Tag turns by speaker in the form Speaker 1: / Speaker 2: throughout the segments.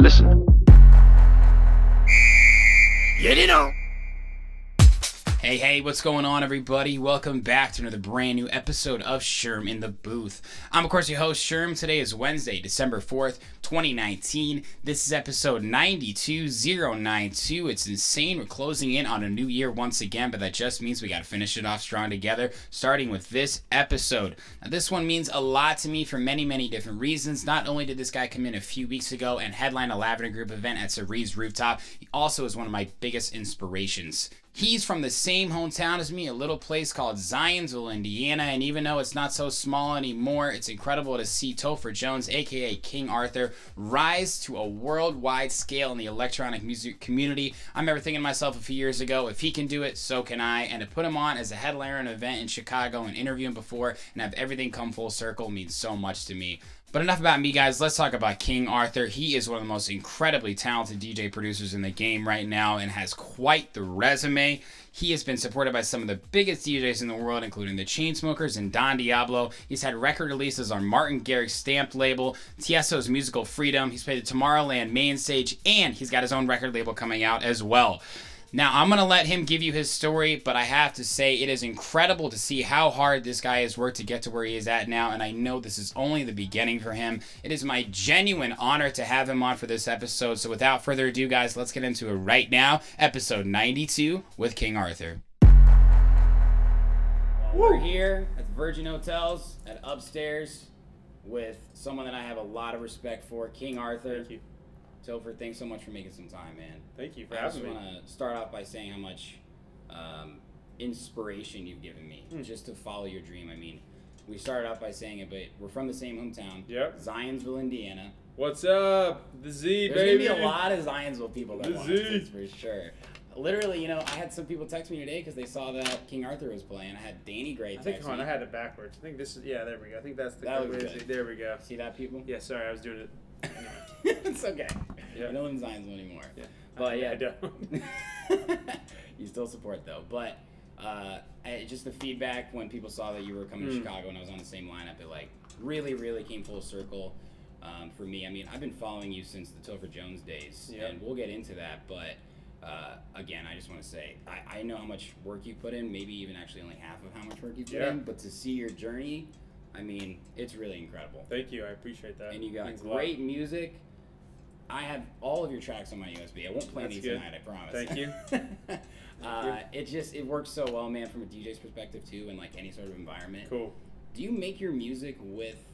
Speaker 1: Listen.
Speaker 2: Hey, hey, what's going on, everybody? Welcome back to another brand new episode of Sherm in the Booth. I'm, of course, your host, Sherm. Today is Wednesday, December 4th, 2019. This is episode 92092. It's insane. We're closing in on a new year once again, but that just means we got to finish it off strong together, starting with this episode. Now, this one means a lot to me for many, many different reasons. Not only did this guy come in a few weeks ago and headline a Lavender Group event at Cerise Rooftop, he also is one of my biggest inspirations. He's from the same hometown as me, a little place called Zionsville, Indiana. And even though it's not so small anymore, it's incredible to see Topher Jones, aka King Arthur, rise to a worldwide scale in the electronic music community. I remember thinking to myself a few years ago, if he can do it, so can I. And to put him on as a headliner at an event in Chicago and interview him before and have everything come full circle means so much to me. But enough about me, guys. Let's talk about King Arthur. He is one of the most incredibly talented DJ producers in the game right now and has quite the resume. He has been supported by some of the biggest DJs in the world, including the Chainsmokers and Don Diablo. He's had record releases on Martin Garrix's stamped label, Tiesto's Musical Freedom. He's played the Tomorrowland main stage, and he's got his own record label coming out as well. Now, I'm going to let him give you his story, but I have to say it is incredible to see how hard this guy has worked to get to where he is at now, and I know this is only the beginning for him. It is my genuine honor to have him on for this episode. So, without further ado, guys, let's get into it right now. Episode 92 with King Arthur. We're here at the Virgin Hotels at upstairs with someone that I have a lot of respect for, King Arthur. Thank you. Topher, thanks so much for making some time, man.
Speaker 3: Thank you for
Speaker 2: I just
Speaker 3: having me.
Speaker 2: want to start off by saying how much um, inspiration you've given me
Speaker 3: Hmm.
Speaker 2: just to follow your dream. I mean, we started off by saying it, but we're from the same hometown.
Speaker 3: Yep.
Speaker 2: Zionsville, Indiana.
Speaker 3: What's up? The Z,
Speaker 2: There's
Speaker 3: baby.
Speaker 2: gonna be a lot of Zionsville people that
Speaker 3: The
Speaker 2: watch
Speaker 3: Z.
Speaker 2: this for sure. Literally, you know, I had some people text me today because they saw that King Arthur was playing. I had Danny Gray
Speaker 3: I
Speaker 2: text
Speaker 3: think, hold on,
Speaker 2: me.
Speaker 3: I had it backwards. I think this is, yeah, there we go. I think that's the
Speaker 2: That
Speaker 3: good
Speaker 2: looks
Speaker 3: way to
Speaker 2: good.
Speaker 3: say- There we go.
Speaker 2: See that, people?
Speaker 3: Yeah, sorry, I was doing it.
Speaker 2: it's okay.
Speaker 3: Yeah.
Speaker 2: You don't live in Zionsville anymore.
Speaker 3: Yeah. I-
Speaker 2: But yeah,
Speaker 3: I don't.
Speaker 2: you still support though, but uh, I, just the feedback when people saw that you were coming to
Speaker 3: Hmm.
Speaker 2: Chicago and I was on the same lineup, it like really, really came full circle um, for me. I mean, I've been following you since the Topher Jones days,
Speaker 3: Yeah.
Speaker 2: and we'll get into that. But uh, again, I just want to say I, I know how much work you put in, maybe even actually only half of how much work you put
Speaker 3: Yeah.
Speaker 2: in, but to see your journey, I mean, it's really incredible
Speaker 3: Thank you. I appreciate that.
Speaker 2: and you got
Speaker 3: Thanks a lot.
Speaker 2: great music. I have all of your tracks on my USB. I won't play
Speaker 3: That's
Speaker 2: any
Speaker 3: good.
Speaker 2: tonight, I promise.
Speaker 3: Thank you.
Speaker 2: uh, it just it works so well, man, from a DJ's perspective too, and like any sort of environment.
Speaker 3: Cool.
Speaker 2: Do you make your music with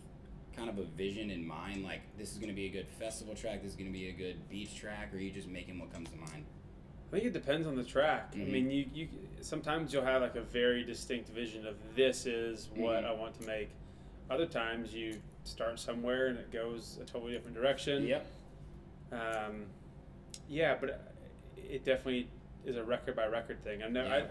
Speaker 2: kind of a vision in mind, like this is gonna be a good festival track, this is gonna be a good beach track, or are you just making what comes to mind?
Speaker 3: I think it depends on the track. I
Speaker 2: Mhm.
Speaker 3: mean, you, you sometimes you'll have like a very distinct vision of this is what
Speaker 2: Mhm.
Speaker 3: I want to make. Other times you start somewhere and it goes a totally different direction.
Speaker 2: Yep.
Speaker 3: Um, yeah, but it definitely is a record by record thing. I'm never,
Speaker 2: Yeah.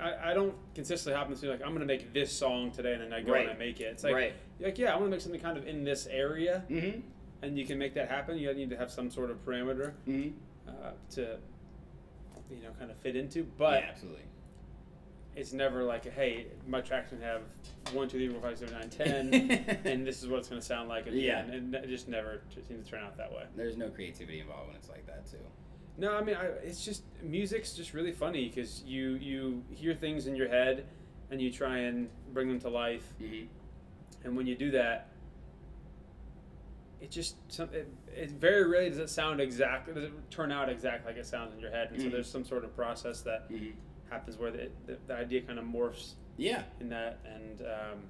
Speaker 3: I, I, I don't consistently happen to see like I'm gonna make this song today, and then I go
Speaker 2: Right.
Speaker 3: and I make it. It's like,
Speaker 2: Right.
Speaker 3: you're like yeah, I want to make something kind of in this area,
Speaker 2: Mm-hmm.
Speaker 3: and you can make that happen. You need to have some sort of parameter
Speaker 2: Mm-hmm.
Speaker 3: uh, to, you know, kind of fit into. But
Speaker 2: yeah, absolutely.
Speaker 3: it's never like, hey, my track's gonna have one, two, three, four, five, six, seven, nine, ten, and this is what it's gonna sound like. At the
Speaker 2: Yeah.
Speaker 3: end. and it just never t- seems to turn out that way.
Speaker 2: There's no creativity involved when it's like that too.
Speaker 3: No, I mean, I, it's just music's just really funny because you you hear things in your head, and you try and bring them to life.
Speaker 2: Mm-hmm.
Speaker 3: And when you do that, it just some, it, it very rarely does it sound exactly does it turn out exactly like it sounds in your head. And
Speaker 2: Mhm.
Speaker 3: so there's some sort of process that
Speaker 2: Mhm.
Speaker 3: happens where the, the, the idea kind of morphs
Speaker 2: Yeah.
Speaker 3: in that. And um,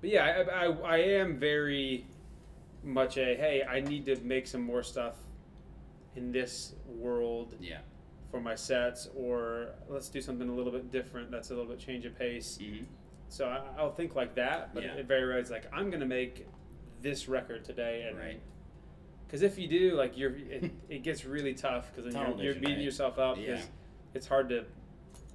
Speaker 3: but yeah, I, I I am very much a hey, I need to make some more stuff in this world
Speaker 2: Yeah.
Speaker 3: for my sets or let's do something a little bit different that's a little bit change of pace
Speaker 2: Mm-hmm.
Speaker 3: so I, i'll think like that but
Speaker 2: Yeah.
Speaker 3: it very rarely is like i'm gonna make this record today and
Speaker 2: Right.
Speaker 3: Because if you do, like you're, it, it gets really tough because then
Speaker 2: Tunnel
Speaker 3: you're, you're
Speaker 2: vision,
Speaker 3: beating
Speaker 2: right?
Speaker 3: yourself up. 'cause
Speaker 2: Yeah.
Speaker 3: it's hard to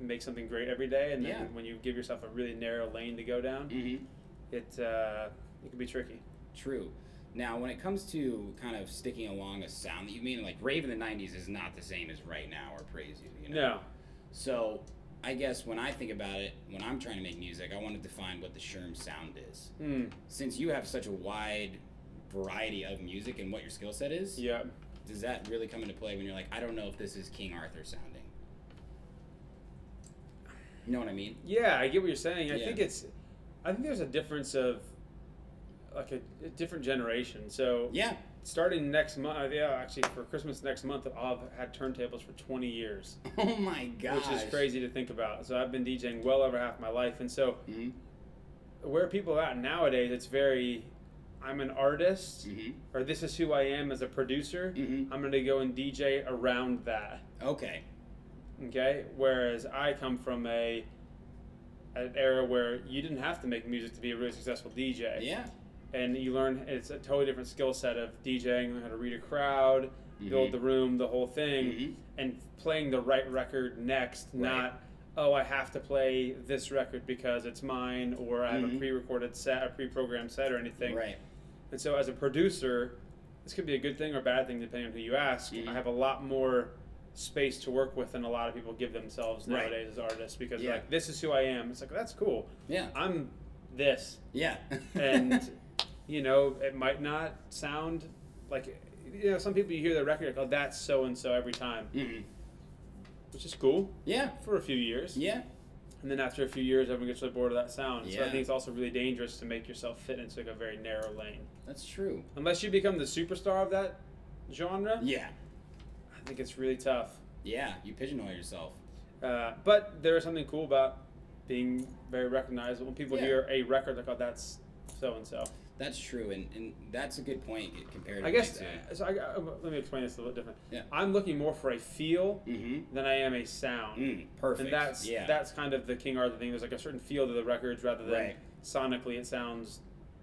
Speaker 3: make something great every day, and then
Speaker 2: Yeah.
Speaker 3: when you give yourself a really narrow lane to go down,
Speaker 2: Mm-hmm.
Speaker 3: it uh, it can be tricky.
Speaker 2: True. Now, when it comes to kind of sticking along a sound that you mean, like Rave in the '90s is not the same as right now or Praise You. You know?
Speaker 3: No,
Speaker 2: So I guess when I think about it, when I'm trying to make music, I want to define what the Sherm sound is.
Speaker 3: Hmm.
Speaker 2: Since you have such a wide variety of music and what your skill set is,
Speaker 3: yeah.
Speaker 2: does that really come into play when you're like, I don't know if this is King Arthur sounding? You know what I mean?
Speaker 3: Yeah, I get what you're saying. I
Speaker 2: Yeah.
Speaker 3: think it's, I think there's a difference of, like a, a different generation. So
Speaker 2: Yeah.
Speaker 3: starting next month, uh, yeah, actually for Christmas next month, I've had turntables for 20 years,
Speaker 2: Oh my gosh.
Speaker 3: which is crazy to think about. So I've been DJing well over half my life, and so
Speaker 2: hmm
Speaker 3: where people are at nowadays, it's very, I'm an artist,
Speaker 2: hmm
Speaker 3: or this is who I am as a producer.
Speaker 2: Mhm.
Speaker 3: I'm gonna go and DJ around that.
Speaker 2: Okay.
Speaker 3: Okay, whereas I come from a an era where you didn't have to make music to be a really successful DJ.
Speaker 2: Yeah.
Speaker 3: And you learn it's a totally different skill set of DJing, how to read a crowd,
Speaker 2: Mhm.
Speaker 3: build the room, the whole thing,
Speaker 2: Mhm.
Speaker 3: and playing the right record next,
Speaker 2: Right.
Speaker 3: not oh I have to play this record because it's mine or I have
Speaker 2: Mhm.
Speaker 3: a pre-recorded set, a pre-programmed set or anything.
Speaker 2: Right.
Speaker 3: And so, as a producer, this could be a good thing or a bad thing depending on who you ask.
Speaker 2: Mhm.
Speaker 3: I have a lot more space to work with than a lot of people give themselves
Speaker 2: Right.
Speaker 3: nowadays as artists because
Speaker 2: Yeah.
Speaker 3: they're like, this is who I am. It's like, that's cool.
Speaker 2: Yeah.
Speaker 3: I'm this.
Speaker 2: Yeah.
Speaker 3: And, you know, it might not sound like, you know, some people you hear their record, like, oh, that's so and so every time,
Speaker 2: hmm
Speaker 3: which is cool
Speaker 2: Yeah.
Speaker 3: for a few years.
Speaker 2: Yeah.
Speaker 3: And then after a few years, everyone gets really bored of that sound. So, I
Speaker 2: Yeah.
Speaker 3: think it's also really dangerous to make yourself fit into like a very narrow lane.
Speaker 2: That's true.
Speaker 3: unless you become the superstar of that genre,
Speaker 2: Yeah.
Speaker 3: I think it's really tough.
Speaker 2: Yeah. You pigeonhole yourself.
Speaker 3: Uh, but there is something cool about being very recognized when people
Speaker 2: Yeah.
Speaker 3: hear a record like, "Oh, that's so and so."
Speaker 2: That's true, and, and that's a good point compared.
Speaker 3: I guess.
Speaker 2: to
Speaker 3: uh, So I, uh, let me explain this a little different.
Speaker 2: Yeah.
Speaker 3: I'm looking more for a feel
Speaker 2: hmm
Speaker 3: than I am a sound,
Speaker 2: Mm, perfect.
Speaker 3: and that's
Speaker 2: yeah.
Speaker 3: that's kind of the King Arthur thing. There's like a certain feel to the records rather than
Speaker 2: Right.
Speaker 3: sonically it sounds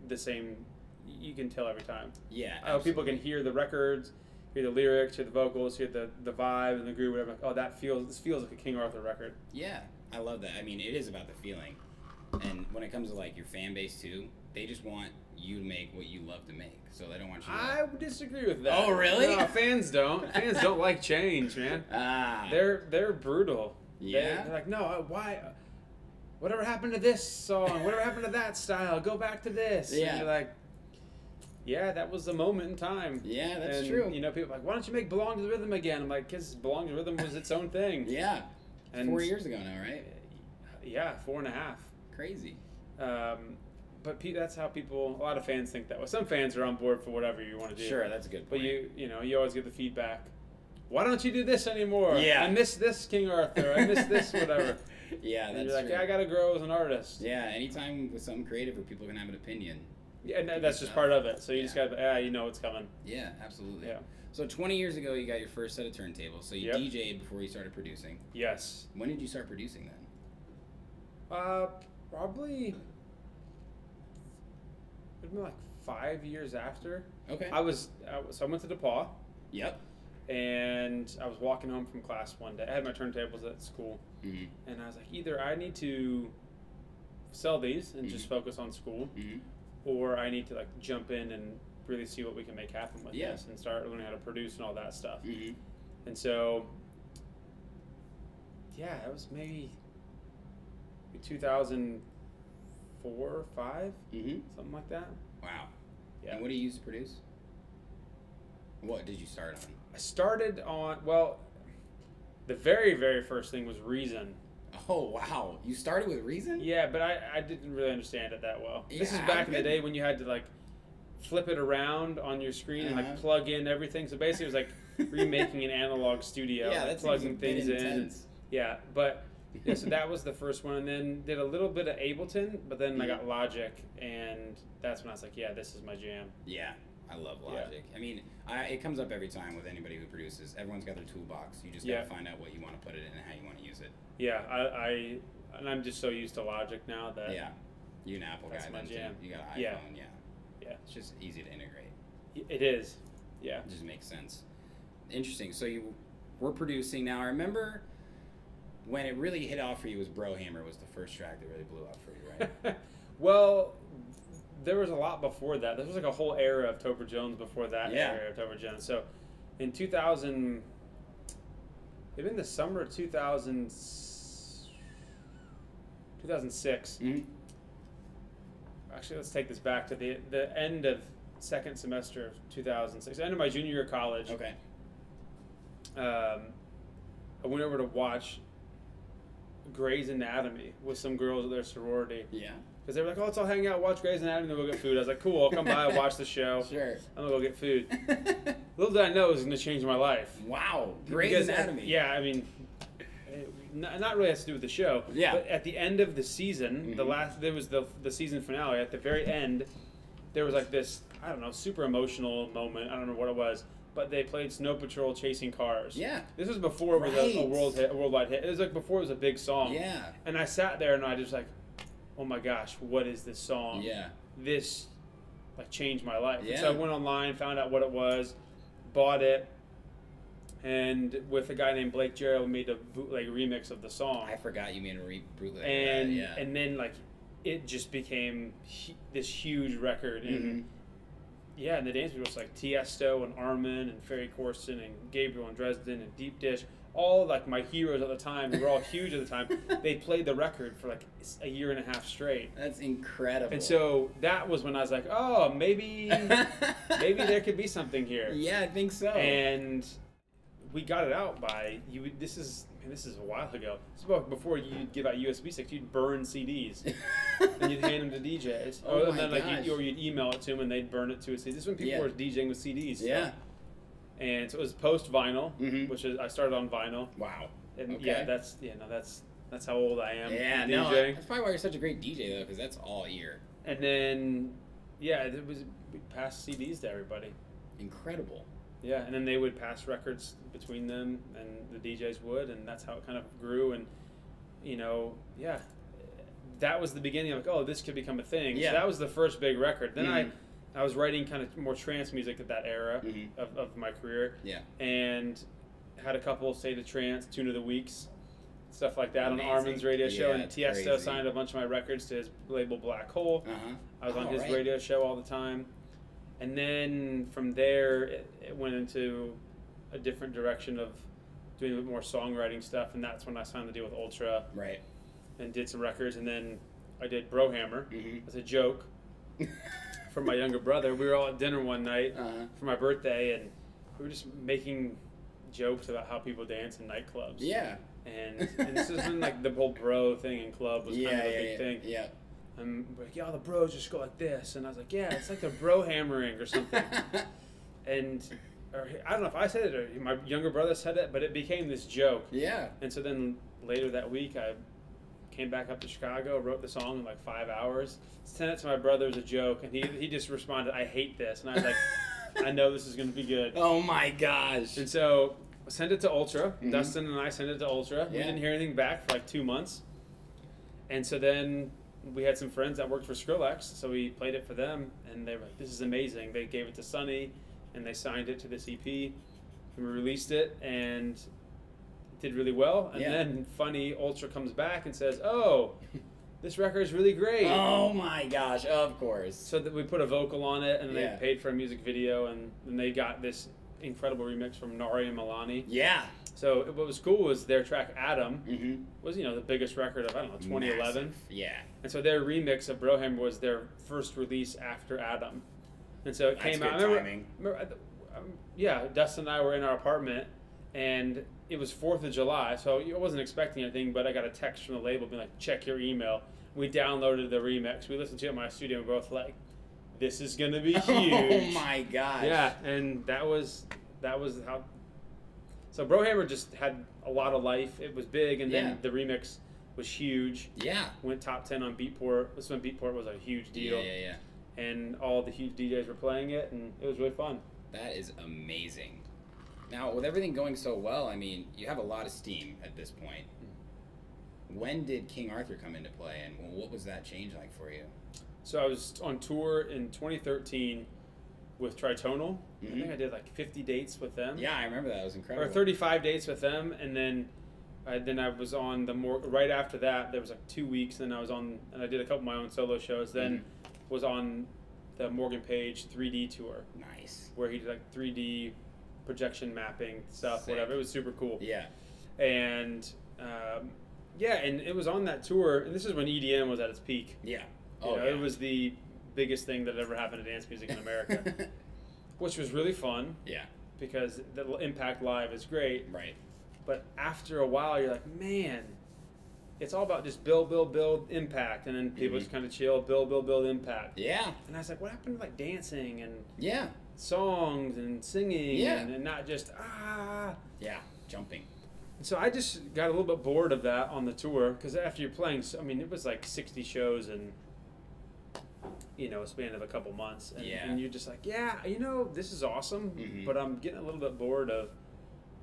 Speaker 3: the same. You can tell every time.
Speaker 2: yeah.
Speaker 3: how people
Speaker 2: absolutely.
Speaker 3: can hear the records, hear the lyrics, hear the vocals, hear the, the vibe and the groove, whatever. Like, oh, that feels this feels like a King Arthur record.
Speaker 2: Yeah, I love that. I mean, it is about the feeling, and when it comes to like your fan base too, they just want you to make what you love to make, so they don't want you. To
Speaker 3: I would disagree with that.
Speaker 2: Oh, really?
Speaker 3: No, fans don't. fans don't like change, man.
Speaker 2: ah,
Speaker 3: They're they're brutal. They-
Speaker 2: Yeah?
Speaker 3: They're like, no, I- why? uh, Whatever happened to this song? Whatever happened to that style? Go back to this.
Speaker 2: Yeah.
Speaker 3: And you're like, yeah, that was the moment in time.
Speaker 2: Yeah, that's
Speaker 3: And,
Speaker 2: true.
Speaker 3: You know, people are like, why don't you make "Belong to the Rhythm" again? I'm like, because "Belong to the Rhythm" was its own thing.
Speaker 2: yeah,
Speaker 3: And-
Speaker 2: four years ago now, right?
Speaker 3: yeah, four and a half.
Speaker 2: Crazy.
Speaker 3: Um, but pe- that's how people. A lot of fans think that. Well, some fans are on board for whatever you want to do.
Speaker 2: Sure, that's a good
Speaker 3: But
Speaker 2: point.
Speaker 3: you, you know, you always get the feedback. Why don't you do this anymore?
Speaker 2: Yeah.
Speaker 3: I miss this King Arthur. I miss this whatever.
Speaker 2: yeah,
Speaker 3: and
Speaker 2: that's
Speaker 3: you're like,
Speaker 2: true.
Speaker 3: yeah, I gotta grow as an artist.
Speaker 2: yeah, anytime with something creative where people can have an opinion.
Speaker 3: Yeah, and that- that's just part of it. So you just
Speaker 2: Yeah.
Speaker 3: gotta, yeah, you know what's coming.
Speaker 2: Yeah, absolutely.
Speaker 3: Yeah.
Speaker 2: So 20 years ago, you got your first set of turntables. So you
Speaker 3: Yep.
Speaker 2: DJ'd before you started producing.
Speaker 3: Yes.
Speaker 2: When did you start producing then?
Speaker 3: Uh, probably. It'd been like five years after.
Speaker 2: Okay.
Speaker 3: I was, I was so I went to DePaul.
Speaker 2: yep.
Speaker 3: and I was walking home from class one day. I had my turntables at school,
Speaker 2: Mhm.
Speaker 3: and I was like, either I need to sell these and just
Speaker 2: Mhm.
Speaker 3: focus on school,
Speaker 2: Mhm.
Speaker 3: or I need to like jump in and really see what we can make happen with
Speaker 2: Yeah.
Speaker 3: this and start learning how to produce and all that stuff.
Speaker 2: Mhm.
Speaker 3: And so, yeah, it was maybe 2004 or five,
Speaker 2: Mhm.
Speaker 3: something like that.
Speaker 2: Wow.
Speaker 3: Yeah.
Speaker 2: And what do you use to produce? What did you start on?
Speaker 3: I started on well. The very, very first thing was Reason.
Speaker 2: Oh wow, you started with Reason.
Speaker 3: Yeah, but I, I didn't really understand it that well. this is
Speaker 2: Yeah,
Speaker 3: back
Speaker 2: I
Speaker 3: in the day
Speaker 2: didn't.
Speaker 3: when you had to like flip it around on your screen and
Speaker 2: Uh-huh.
Speaker 3: like plug in everything. So basically, it was like remaking an analog studio,
Speaker 2: Yeah,
Speaker 3: like,
Speaker 2: that seems a
Speaker 3: plugging
Speaker 2: bit
Speaker 3: things in.
Speaker 2: intense.
Speaker 3: Yeah, but yeah, so that was the first one, and then did a little bit of Ableton, but then I got Logic, and that's when I was like, yeah, this is my jam.
Speaker 2: Yeah, I love
Speaker 3: Yeah.
Speaker 2: Logic. I mean, I, it comes up every time with anybody who produces. Everyone's got their toolbox. You just
Speaker 3: Yeah.
Speaker 2: gotta find out what you want to put it in and how you want to use it.
Speaker 3: Yeah, I, I and I'm just so used to Logic now that
Speaker 2: yeah, you an Apple
Speaker 3: That's
Speaker 2: guy
Speaker 3: my
Speaker 2: then too.
Speaker 3: jam.
Speaker 2: You got an iPhone.
Speaker 3: Yeah.
Speaker 2: Yeah.
Speaker 3: Yeah.
Speaker 2: It's just easy to integrate.
Speaker 3: it is. Yeah.
Speaker 2: It just makes sense. Interesting. So you were producing now. I remember when it really hit off for you was Bro Hammer was the first track that really blew up for you, right?
Speaker 3: well, there was a lot before that. There was like a whole era of Topher Jones before that
Speaker 2: Yeah.
Speaker 3: era of Topher Jones. So, in 2000, maybe in the summer of 2000, 2006.
Speaker 2: Mhm.
Speaker 3: Actually, let's take this back to the the end of second semester of 2006, end of my junior year of college.
Speaker 2: Okay.
Speaker 3: um, I went over to watch Grey's Anatomy with some girls at their sorority
Speaker 2: Yeah.
Speaker 3: because they were like, "Oh, let's all hang out, watch Grey's Anatomy, then we'll get food." I was like, "Cool, I'll come by, watch the show.
Speaker 2: Sure.
Speaker 3: I'm gonna go get food." Little did I know it was gonna change my life.
Speaker 2: wow. Grey's
Speaker 3: Because- uh,
Speaker 2: Anatomy.
Speaker 3: Yeah, I mean, it, not, not really has to do with the show.
Speaker 2: Yeah. Mm-hmm.
Speaker 3: But at the end of the season, the last there was the the season finale. At the very end, there was like this I don't know super emotional moment. I don't know what it was, but they played Snow Patrol chasing cars.
Speaker 2: Yeah.
Speaker 3: This was before it was a, a
Speaker 2: Right.
Speaker 3: world hit, a worldwide hit. It was like before it was a big song.
Speaker 2: Yeah.
Speaker 3: And I sat there and I just like, oh my gosh, what is this song?
Speaker 2: Yeah.
Speaker 3: This like changed my life. And
Speaker 2: Yeah.
Speaker 3: so I went online, found out what it was, bought it, and with a guy named Blake Jarrell made a bootleg remix of the song.
Speaker 2: I forgot you made a re- bootleg. of that,
Speaker 3: and
Speaker 2: yeah.
Speaker 3: and then like it just became hu this huge record and
Speaker 2: Mm-hmm.
Speaker 3: yeah, and the dance people was like Tiesto and Armin and Ferry Corsten and Gabriel and Dresden and Deep Dish, all like my heroes at the time. They were all huge at the time. They played the record for like s- a year and a half straight.
Speaker 2: that's incredible.
Speaker 3: And so that was when I was like, oh, maybe maybe there could be something here.
Speaker 2: Yeah, I think so.
Speaker 3: And we got it out by you. would- This is man, this is a while ago. This is about before you'd give out USB sticks. You'd burn CDs and you'd hand them to DJs.
Speaker 2: Oh
Speaker 3: or,
Speaker 2: my
Speaker 3: and then, like,
Speaker 2: gosh.
Speaker 3: you, or you'd email it to them and they'd burn it to a CD. This is when people
Speaker 2: Yeah.
Speaker 3: were DJing with CDs. so-
Speaker 2: yeah.
Speaker 3: And so it was post vinyl,
Speaker 2: Mhm.
Speaker 3: which is I started on vinyl.
Speaker 2: Wow.
Speaker 3: And
Speaker 2: Okay.
Speaker 3: yeah, that's yeah, no, that's that's how old I am.
Speaker 2: Yeah,
Speaker 3: in
Speaker 2: no,
Speaker 3: DJing.
Speaker 2: that's probably why you're such a great DJ though, because that's all ear.
Speaker 3: And then yeah, it was we passed CDs to everybody.
Speaker 2: Incredible.
Speaker 3: Yeah, and then they would pass records between them, and the DJs would, and that's how it kind of grew. And you know, yeah, that was the beginning. of Like, oh, this could become a thing.
Speaker 2: Yeah.
Speaker 3: So that was the first big record. Then
Speaker 2: Mhm.
Speaker 3: I, I was writing kind of more trance music at that era
Speaker 2: Mhm.
Speaker 3: of, of my career,
Speaker 2: Yeah.
Speaker 3: and had a couple state of trance, tune of the weeks, stuff like that
Speaker 2: Amazing.
Speaker 3: on Armin's radio show.
Speaker 2: Yeah,
Speaker 3: And
Speaker 2: it's
Speaker 3: Tiesto
Speaker 2: crazy.
Speaker 3: signed a bunch of my records to his label Black Hole.
Speaker 2: Uh huh.
Speaker 3: I was on his radio show all the time. And then from there, it, it went into a different direction of doing a bit more songwriting stuff. And that's when I signed the deal with Ultra
Speaker 2: Right.
Speaker 3: and did some records. And then I did Brohammer
Speaker 2: Mhm.
Speaker 3: as a joke for my younger brother. We were all at dinner one night
Speaker 2: Uh-huh.
Speaker 3: for my birthday, and we were just making jokes about how people dance in nightclubs.
Speaker 2: Yeah.
Speaker 3: And, and this has been like the whole bro thing in club was
Speaker 2: yeah.
Speaker 3: kind of a
Speaker 2: yeah.
Speaker 3: big
Speaker 2: yeah.
Speaker 3: thing.
Speaker 2: Yeah.
Speaker 3: And we're like, yeah, the bros just go like this. And I was like, yeah, it's like the bro hammering or something. and or, I don't know if I said it or my younger brother said it, but it became this joke.
Speaker 2: yeah.
Speaker 3: And so then later that week, I came back up to Chicago, wrote the song in like five hours, sent it to my brother as a joke, and he, he just responded, I hate this. And I was like, I know this is going to be good.
Speaker 2: Oh my gosh.
Speaker 3: And so I sent it to Ultra. Dustin and I sent it to Ultra. We
Speaker 2: Yeah.
Speaker 3: didn't hear anything back for like two months. And so then we had some friends that worked for Skrillex, so we played it for them, and they were like, "This is amazing." They gave it to Sunny, and they signed it to this EP. And we released it, and it did really well. And
Speaker 2: Yeah.
Speaker 3: then funny Ultra comes back and says, "Oh, this record is really great."
Speaker 2: Oh my gosh. Of course.
Speaker 3: So that we put a vocal on it, and
Speaker 2: Yeah.
Speaker 3: they paid for a music video, and then they got this incredible remix from Nari and Milani.
Speaker 2: Yeah.
Speaker 3: So what was cool was their track Adam
Speaker 2: Mm-hmm.
Speaker 3: was you know the biggest record of I don't know 2011,
Speaker 2: Yeah.
Speaker 3: and so their remix of Broham was their first release after Adam, and so it
Speaker 2: That's
Speaker 3: came
Speaker 2: good
Speaker 3: out. I remember,
Speaker 2: timing.
Speaker 3: remember, I th- um, yeah, Dustin and I were in our apartment, and it was Fourth of July, so I wasn't expecting anything, but I got a text from the label being like, "Check your email." We downloaded the remix. We listened to it in my studio, and we're both like, "This is gonna be huge."
Speaker 2: Oh my gosh.
Speaker 3: Yeah, and that was that was how. So Brohammer just had a lot of life. It was big, and then
Speaker 2: Yeah.
Speaker 3: the remix was huge.
Speaker 2: Yeah.
Speaker 3: Went top ten on Beatport. This when Beatport was a huge
Speaker 2: Yeah.
Speaker 3: deal,
Speaker 2: Yeah. Yeah.
Speaker 3: and all the huge DJs were playing it, and it was really fun.
Speaker 2: That is amazing. Now, with everything going so well, I mean, you have a lot of steam at this point. When did King Arthur come into play, and wh- what was that change like for you?
Speaker 3: So I was on tour in 2013, with Tritonal. I think I did like 50 dates with them.
Speaker 2: Mm-hmm. Yeah, I remember that. It was
Speaker 3: Um, or
Speaker 2: incredible.
Speaker 3: 35 dates with them, and then I then I was on the more right after that. There was like two weeks, and I was on and I did a couple of my own solo shows. Then
Speaker 2: Mm-hmm.
Speaker 3: was on the Morgan Page 3D tour
Speaker 2: Nice.
Speaker 3: where he did like 3D projection mapping stuff,
Speaker 2: Sick.
Speaker 3: whatever. It was super cool.
Speaker 2: Yeah.
Speaker 3: And um, yeah, and it was on that tour, and this is when EDM was at its peak.
Speaker 2: Yeah.
Speaker 3: You
Speaker 2: Oh,
Speaker 3: know,
Speaker 2: yeah.
Speaker 3: it was the biggest thing that ever happened to dance music in America, which was really fun
Speaker 2: yeah.
Speaker 3: because the l- impact live is great.
Speaker 2: Right.
Speaker 3: But after a while, you're like, man, it's all about just build, build, build impact, and then people just kind of chill, build, build, build impact.
Speaker 2: Mm-hmm. Yeah.
Speaker 3: And I was like, what happened to like dancing and
Speaker 2: Yeah.
Speaker 3: songs and singing
Speaker 2: Yeah.
Speaker 3: and, and not just ah.
Speaker 2: Yeah. Jumping.
Speaker 3: So I just got a little bit bored of that on the tour because after you're playing, so- I mean, it was like 60 shows in, you know, a span of a couple months, and,
Speaker 2: Yeah. Mm-hmm.
Speaker 3: and you're just like, yeah, you know, this is awesome, but I'm getting a little bit bored of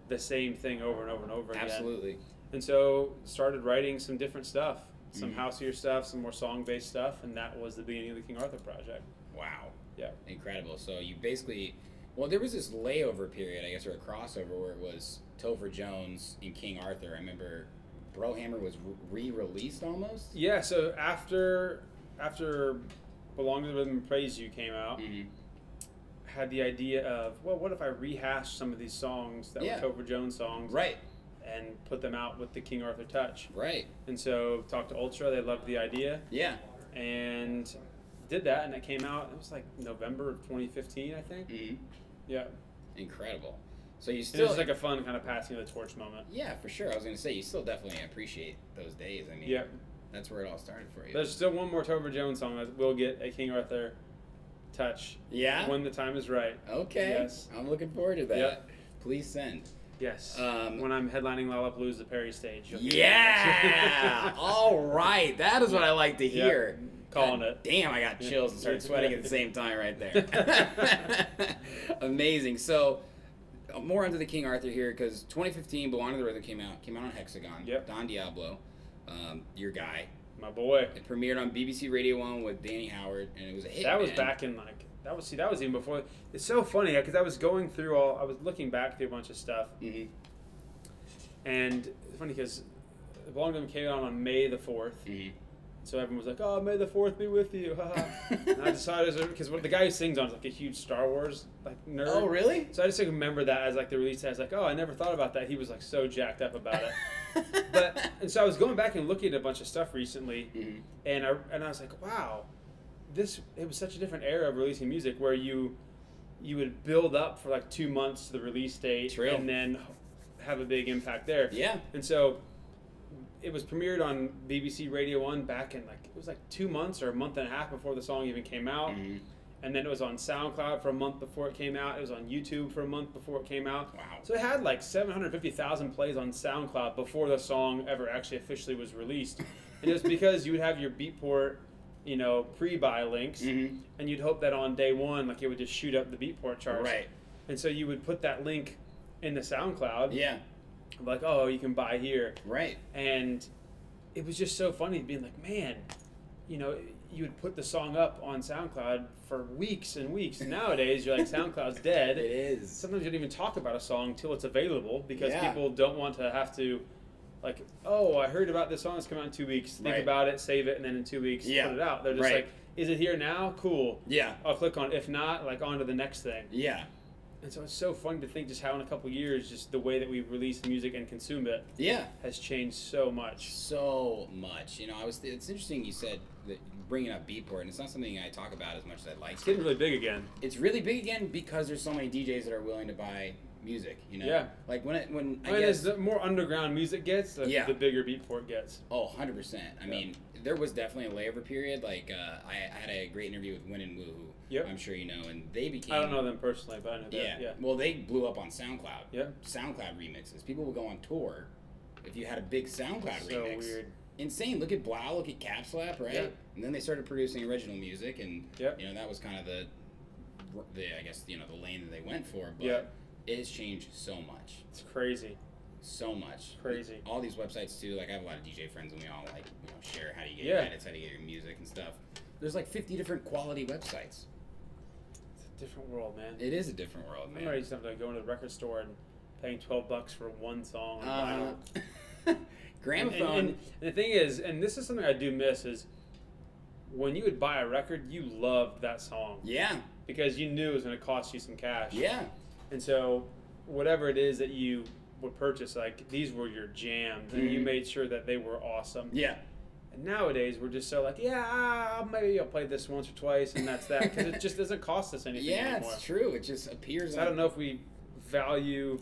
Speaker 3: the same thing over and over and over again.
Speaker 2: Absolutely.
Speaker 3: And so started writing some different stuff, some houseier stuff, some more song-based stuff, and that was the beginning of the King Arthur project.
Speaker 2: Wow.
Speaker 3: Yeah.
Speaker 2: Incredible. So you basically, well, there was this layover period, I guess, or a crossover where it was Topher Jones and King Arthur. I remember Brohammer was re released almost.
Speaker 3: Yeah, so after after Belong to the Rhythm and Praise You came out,
Speaker 2: Mhm.
Speaker 3: had the idea of, well, what if I rehash some of these songs that
Speaker 2: Yeah.
Speaker 3: were Topher Jones songs
Speaker 2: Right.
Speaker 3: and put them out with the King Arthur touch?
Speaker 2: Right.
Speaker 3: And so talked to Ultra, they loved the idea
Speaker 2: Yeah.
Speaker 3: and did that and it came out it was like November of 2015, I think.
Speaker 2: hmm
Speaker 3: Yeah.
Speaker 2: Incredible. So you
Speaker 3: And it
Speaker 2: still
Speaker 3: was like a fun kind of passing of the torch moment.
Speaker 2: yeah, for sure. I was gonna say you still definitely appreciate those days. I mean,
Speaker 3: Yeah.
Speaker 2: that's where it all started for you.
Speaker 3: There's still one more Topher Jones song that will get a King Arthur touch
Speaker 2: yeah.
Speaker 3: when the time is right.
Speaker 2: okay.
Speaker 3: Yes.
Speaker 2: I'm looking forward to that.
Speaker 3: Yep.
Speaker 2: Please send.
Speaker 3: Yes.
Speaker 2: Um,
Speaker 3: when I'm headlining Lollapalooza Perry stage. you'll hear
Speaker 2: Yeah.
Speaker 3: that.
Speaker 2: All right. That is what I like to
Speaker 3: Yeah.
Speaker 2: hear.
Speaker 3: Calling
Speaker 2: God
Speaker 3: it.
Speaker 2: Damn, I got chills and started sweating at the same time right there. Amazing. So, uh, more onto the King Arthur here because 2015, Belong to the Rhythm came out. Came out on Hexagon.
Speaker 3: Yep.
Speaker 2: Don Diablo, um, your guy.
Speaker 3: My boy.
Speaker 2: It premiered on BBC Radio 1 with Danny Howard, and it was a hit.
Speaker 3: That was
Speaker 2: man.
Speaker 3: back in like that was see that was even before. It's so funny because I was going through all I was looking back through a bunch of stuff,
Speaker 2: Mhm.
Speaker 3: and it's funny because the Belong to Them came out on May the fourth.
Speaker 2: Mhm.
Speaker 3: So everyone was like, "Oh, May the Fourth be with you!" ha, ha." and I decided because the guy who sings on is like a huge Star Wars like nerd.
Speaker 2: Oh, really?
Speaker 3: So I just like, remember that as like the release. I was like, "Oh, I never thought about that." He was like so jacked up about it. but and so I was going back and looking at a bunch of stuff recently,
Speaker 2: Mhm.
Speaker 3: and I and I was like, wow, this it was such a different era of releasing music where you you would build up for like two months to the release date
Speaker 2: True.
Speaker 3: and then have a big impact there.
Speaker 2: Yeah.
Speaker 3: And so it was premiered on BBC Radio One back in like it was like two months or a month and a half before the song even came out.
Speaker 2: Mhm.
Speaker 3: And then it was on SoundCloud for a month before it came out. It was on YouTube for a month before it came out.
Speaker 2: Wow.
Speaker 3: So it had like 750,000 plays on SoundCloud before the song ever actually officially was released. and it's because you would have your Beatport, you know, pre-buy links,
Speaker 2: Mhm.
Speaker 3: and you'd hope that on day one, like it would just shoot up the Beatport charts.
Speaker 2: Right.
Speaker 3: And so you would put that link in the SoundCloud,
Speaker 2: Yeah.
Speaker 3: like, oh, you can buy here
Speaker 2: Right.
Speaker 3: and it was just so funny being like, man, you know, you would put the song up on SoundCloud for weeks and weeks. Nowadays, you're like, SoundCloud's dead.
Speaker 2: It is.
Speaker 3: Sometimes you don't even talk about a song till it's available because
Speaker 2: Yeah.
Speaker 3: people don't want to have to, like, oh, I heard about this song. It's coming out in two weeks. Think
Speaker 2: Right.
Speaker 3: about it, save it, and then in two weeks,
Speaker 2: Yeah.
Speaker 3: put it out. They're just
Speaker 2: Right.
Speaker 3: like, is it here now? Cool.
Speaker 2: Yeah.
Speaker 3: I'll click on. it. If not, like, on to the next thing.
Speaker 2: Yeah.
Speaker 3: And so it's so fun to think just how in a couple years, just the way that we release music and consume it
Speaker 2: Yeah.
Speaker 3: has changed so much.
Speaker 2: so much. You know, I was. It's interesting you said that bringing up Beatport, and it's not something I talk about as much as I'd like.
Speaker 3: It's
Speaker 2: to.
Speaker 3: getting really big again.
Speaker 2: It's really big again because there's so many DJs that are willing to buy music. You know,
Speaker 3: Yeah.
Speaker 2: Like when it when I
Speaker 3: I mean,
Speaker 2: guess
Speaker 3: as the more underground music gets, the,
Speaker 2: Yeah.
Speaker 3: the bigger Beatport gets.
Speaker 2: Oh, 100 percent. I mean, there was definitely a layover period. Like uh, I, I had a great interview with Win and Woo, who
Speaker 3: Yep.
Speaker 2: I'm sure you know, and they became.
Speaker 3: I don't know them personally, but I know that.
Speaker 2: Yeah.
Speaker 3: Yeah.
Speaker 2: Well, they blew up on SoundCloud.
Speaker 3: Yeah.
Speaker 2: SoundCloud remixes. People would go on tour if you had a big SoundCloud
Speaker 3: So
Speaker 2: remix.
Speaker 3: weird.
Speaker 2: Insane. Look at Blau. Look at Cap Slap. Right.
Speaker 3: Yeah.
Speaker 2: And then they started producing original music, and
Speaker 3: Yep.
Speaker 2: you know that was kind of the, the I guess you know the lane that they went for. But
Speaker 3: Yep.
Speaker 2: it has changed so much,
Speaker 3: It's crazy.
Speaker 2: so much.
Speaker 3: Crazy.
Speaker 2: All these websites too. Like I have a lot of DJ friends, and we all like you know share how do you get
Speaker 3: Yeah.
Speaker 2: your edits, how do you get your music and stuff. There's like 50 different quality websites.
Speaker 3: different world, man.
Speaker 2: It is a different world,
Speaker 3: I remember I
Speaker 2: man.
Speaker 3: used to have to go to the record store and paying twelve bucks for one song. on
Speaker 2: Uh,
Speaker 3: vinyl. And- and-
Speaker 2: gramophone.
Speaker 3: And, the thing is, and this is something I do miss is when you would buy a record, you loved that song
Speaker 2: yeah,
Speaker 3: because you knew it was going to cost you some cash.
Speaker 2: yeah.
Speaker 3: And so, whatever it is that you would purchase, like these were your jams, and you
Speaker 2: Mhm.
Speaker 3: made sure that they were awesome.
Speaker 2: Yeah.
Speaker 3: And nowadays, we're just so like, yeah, ah, maybe I'll play this once or twice, and that's that because it just doesn't cost us anything
Speaker 2: Yeah,
Speaker 3: anymore.
Speaker 2: it's true. It just appears.
Speaker 3: So I
Speaker 2: on-
Speaker 3: don't know if we value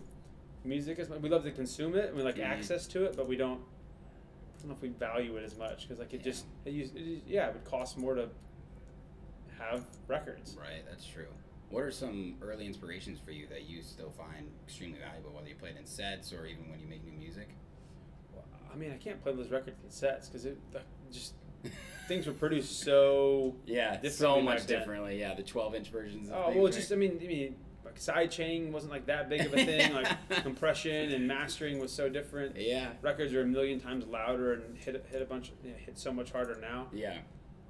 Speaker 3: music as much. We love to consume it and we like
Speaker 2: Mhm.
Speaker 3: access to it, but we don't. I don't know if we value it as much because like it just it used, it used- yeah it would cost more to have records.
Speaker 2: Right, that's true. What are some early inspirations for you that you still find extremely valuable, whether you play it in sets or even when you make new music?
Speaker 3: I mean I can't play those records in sets because it the, just things were produced so.
Speaker 2: Yeah,
Speaker 3: Differently
Speaker 2: so much
Speaker 3: back then.
Speaker 2: differently. Yeah, the 12 inch versions. Of
Speaker 3: Oh
Speaker 2: things,
Speaker 3: well,
Speaker 2: right?
Speaker 3: just I mean I mean like sidechaining wasn't like that big of a thing. like compression and mastering was so different.
Speaker 2: Yeah,
Speaker 3: Records are a million times louder and hit hit a bunch you know, hit so much harder now.
Speaker 2: yeah.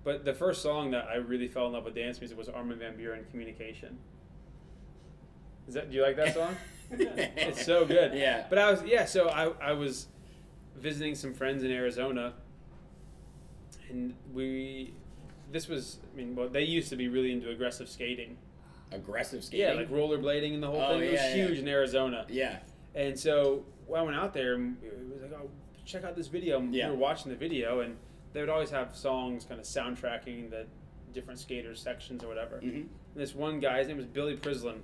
Speaker 3: But the first song that I really fell in love with dance music was Armin van Buren "Communication." Is that do you like that song? it's so good.
Speaker 2: Yeah,
Speaker 3: But I was yeah. So I I was visiting some friends in Arizona, and we this was I mean well they used to be really into aggressive skating.
Speaker 2: aggressive skating.
Speaker 3: Yeah, like rollerblading and the whole
Speaker 2: Oh,
Speaker 3: thing. It was
Speaker 2: yeah, yeah.
Speaker 3: huge in Arizona.
Speaker 2: yeah,
Speaker 3: And so I went out there and it was like, oh, check out this video. And
Speaker 2: Yeah.
Speaker 3: We were watching the video, and they would always have songs kind of soundtracking the different skaters sections or whatever.
Speaker 2: Mhm.
Speaker 3: And this one guy, his name was Billy Prislin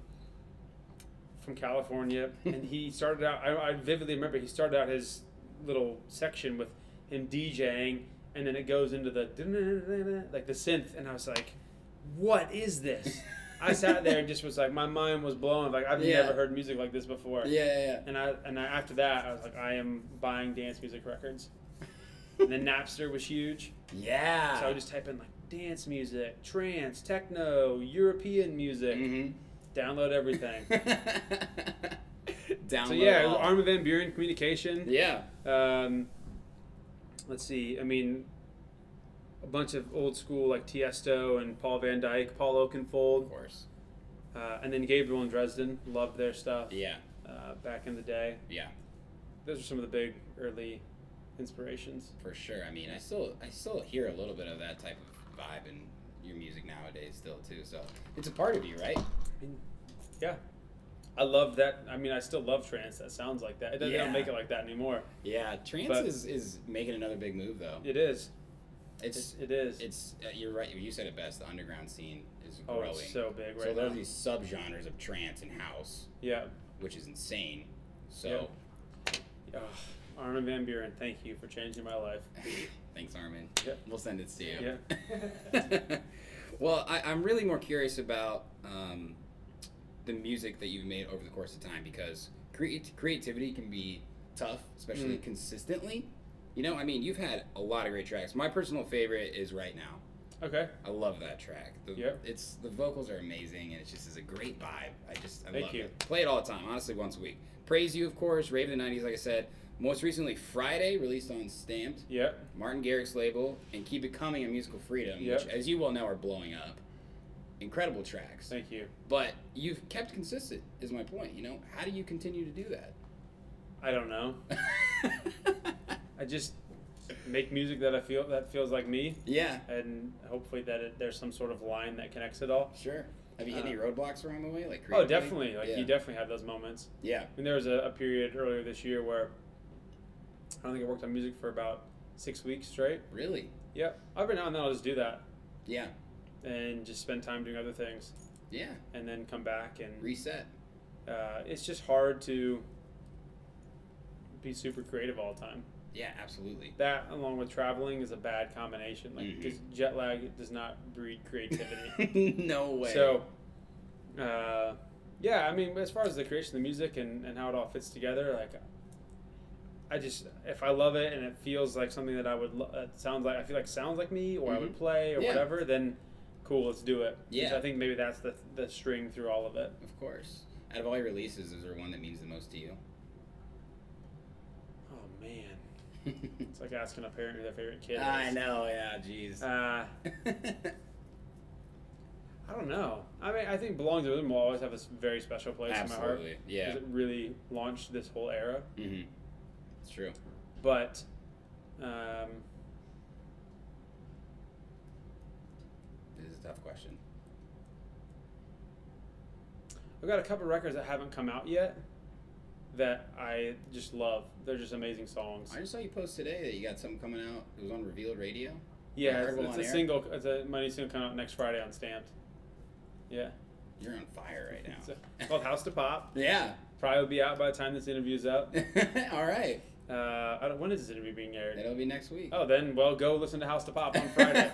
Speaker 3: from California, and he started out. I, I vividly remember he started out his little section with him DJing, and then it goes into the like the synth, and I was like, what is this? I sat there and just was like, my mind was blown. Like I've
Speaker 2: Yeah.
Speaker 3: never heard music like this before.
Speaker 2: yeah, yeah.
Speaker 3: And I and I, after that, I was like, I am buying dance music records. And then Napster was huge,
Speaker 2: yeah. yeah.
Speaker 3: so I would just type in like dance music, trance, techno, European music,
Speaker 2: Mhm.
Speaker 3: download everything.
Speaker 2: Download.
Speaker 3: so yeah,
Speaker 2: all.
Speaker 3: Armin van Buren communication.
Speaker 2: Yeah.
Speaker 3: Um, let's see. I mean, a bunch of old school like Tiesto and Paul Van Dyke, Paul
Speaker 2: Of
Speaker 3: Oakenfold,
Speaker 2: course.
Speaker 3: uh, and then Gabriel and Dresden. Loved their stuff
Speaker 2: Yeah.
Speaker 3: uh, back in the day.
Speaker 2: Yeah.
Speaker 3: Those are some of the big early inspirations.
Speaker 2: For sure. I mean, I still I still hear a little bit of that type of vibe in your music nowadays still too. So it's a part of you, right?
Speaker 3: I mean, yeah. I love that. I mean, I still love trance. That sounds like that. It doesn't they
Speaker 2: Yeah.
Speaker 3: don't make it like that anymore.
Speaker 2: Yeah, trance
Speaker 3: But-
Speaker 2: is, is making another big move though.
Speaker 3: It is.
Speaker 2: It's
Speaker 3: it is.
Speaker 2: it's uh, you're right. You said it best. The underground scene is
Speaker 3: oh,
Speaker 2: growing.
Speaker 3: it's so big
Speaker 2: So
Speaker 3: right
Speaker 2: there are
Speaker 3: now.
Speaker 2: these subgenres of trance and house,
Speaker 3: Yeah.
Speaker 2: which is insane. So
Speaker 3: Ugh. Oh, Armin van Buren, thank you for changing my life.
Speaker 2: thanks, Armin.
Speaker 3: Yeah.
Speaker 2: We'll send it to you.
Speaker 3: Yeah.
Speaker 2: well, I, I'm really more curious about um, the music that you've made over the course of time because creat- creativity can be tough, especially
Speaker 3: Mm.
Speaker 2: consistently. You know, I mean, you've had a lot of great tracks. My personal favorite is Right Now.
Speaker 3: Okay.
Speaker 2: I love that track. The,
Speaker 3: Yep.
Speaker 2: It's the vocals are amazing, and it just is a great vibe. I just I
Speaker 3: Thank
Speaker 2: love
Speaker 3: you.
Speaker 2: it. Play it all the time, honestly, once a week. Praise you, of course. Rave of the '90s, like I said. Most recently, Friday released on Stamped,
Speaker 3: Yep.
Speaker 2: Martin Garrix label, and Keep It Coming and Musical Freedom,
Speaker 3: Yep.
Speaker 2: which, as you well know, are blowing up. Incredible tracks.
Speaker 3: Thank you.
Speaker 2: But you've kept consistent, is my point. You know, how do you continue to do that?
Speaker 3: I don't know. I just make music that I feel that feels like me,
Speaker 2: yeah,
Speaker 3: and hopefully that it, there's some sort of line that connects it all.
Speaker 2: sure. Have you hit
Speaker 3: Uh,
Speaker 2: any roadblocks along the way? Like
Speaker 3: Oh,
Speaker 2: creatively?
Speaker 3: definitely. Like
Speaker 2: yeah.
Speaker 3: you definitely have those moments.
Speaker 2: yeah,
Speaker 3: I mean, there was a, a period earlier this year where I don't think I worked on music for about six weeks straight.
Speaker 2: really,
Speaker 3: Yep. Every now and then I'll just do that
Speaker 2: yeah,
Speaker 3: and just spend time doing other things
Speaker 2: yeah.
Speaker 3: and then come back. And
Speaker 2: Reset.
Speaker 3: uh, it's just hard to be super creative all the time.
Speaker 2: Yeah, absolutely.
Speaker 3: That, along with traveling, is a bad combination. Like,
Speaker 2: Mhm.
Speaker 3: because jet lag does not breed creativity.
Speaker 2: no way.
Speaker 3: so, uh, yeah, I mean, as far as the creation of the music and, and how it all fits together, like, I just if I love it and it feels like something that I would lo- uh, sounds like I feel like sounds like me or I would
Speaker 2: Mhm.
Speaker 3: play or
Speaker 2: Yeah.
Speaker 3: whatever, then cool, let's do it. 'Cause
Speaker 2: Yeah.
Speaker 3: I think maybe that's the the string through all of it.
Speaker 2: of course, out of all your releases, is there one that means the most to you?
Speaker 3: Oh man, it's like asking a parent who their favorite kid is.
Speaker 2: know. Yeah. Jeez.
Speaker 3: Uh, I don't know. I mean, I think "Belong to Rhythm" will always have a s- very special place in my heart
Speaker 2: Absolutely. Yeah.
Speaker 3: because it really launched this whole era.
Speaker 2: Mm-hmm. It's true.
Speaker 3: But, um,
Speaker 2: This is a tough question.
Speaker 3: I've got a couple records that haven't come out yet that I just love. They're just amazing songs.
Speaker 2: I just saw you post today that you got something coming out. It was on Revealed Radio.
Speaker 3: yeah,
Speaker 2: Heard
Speaker 3: it's,
Speaker 2: one
Speaker 3: it's
Speaker 2: on
Speaker 3: a
Speaker 2: air.
Speaker 3: single. It's a my new single coming out next Friday on Stamped. Yeah,
Speaker 2: You're on fire right
Speaker 3: it's,
Speaker 2: now.
Speaker 3: a, it's called "House to Pop."
Speaker 2: yeah.
Speaker 3: Probably will be out by the time this interview's up.
Speaker 2: All right.
Speaker 3: Uh, I don't, when is this interview being aired?
Speaker 2: That'll be next week.
Speaker 3: Oh, then well, go listen to "House to Pop" Oh, on Friday.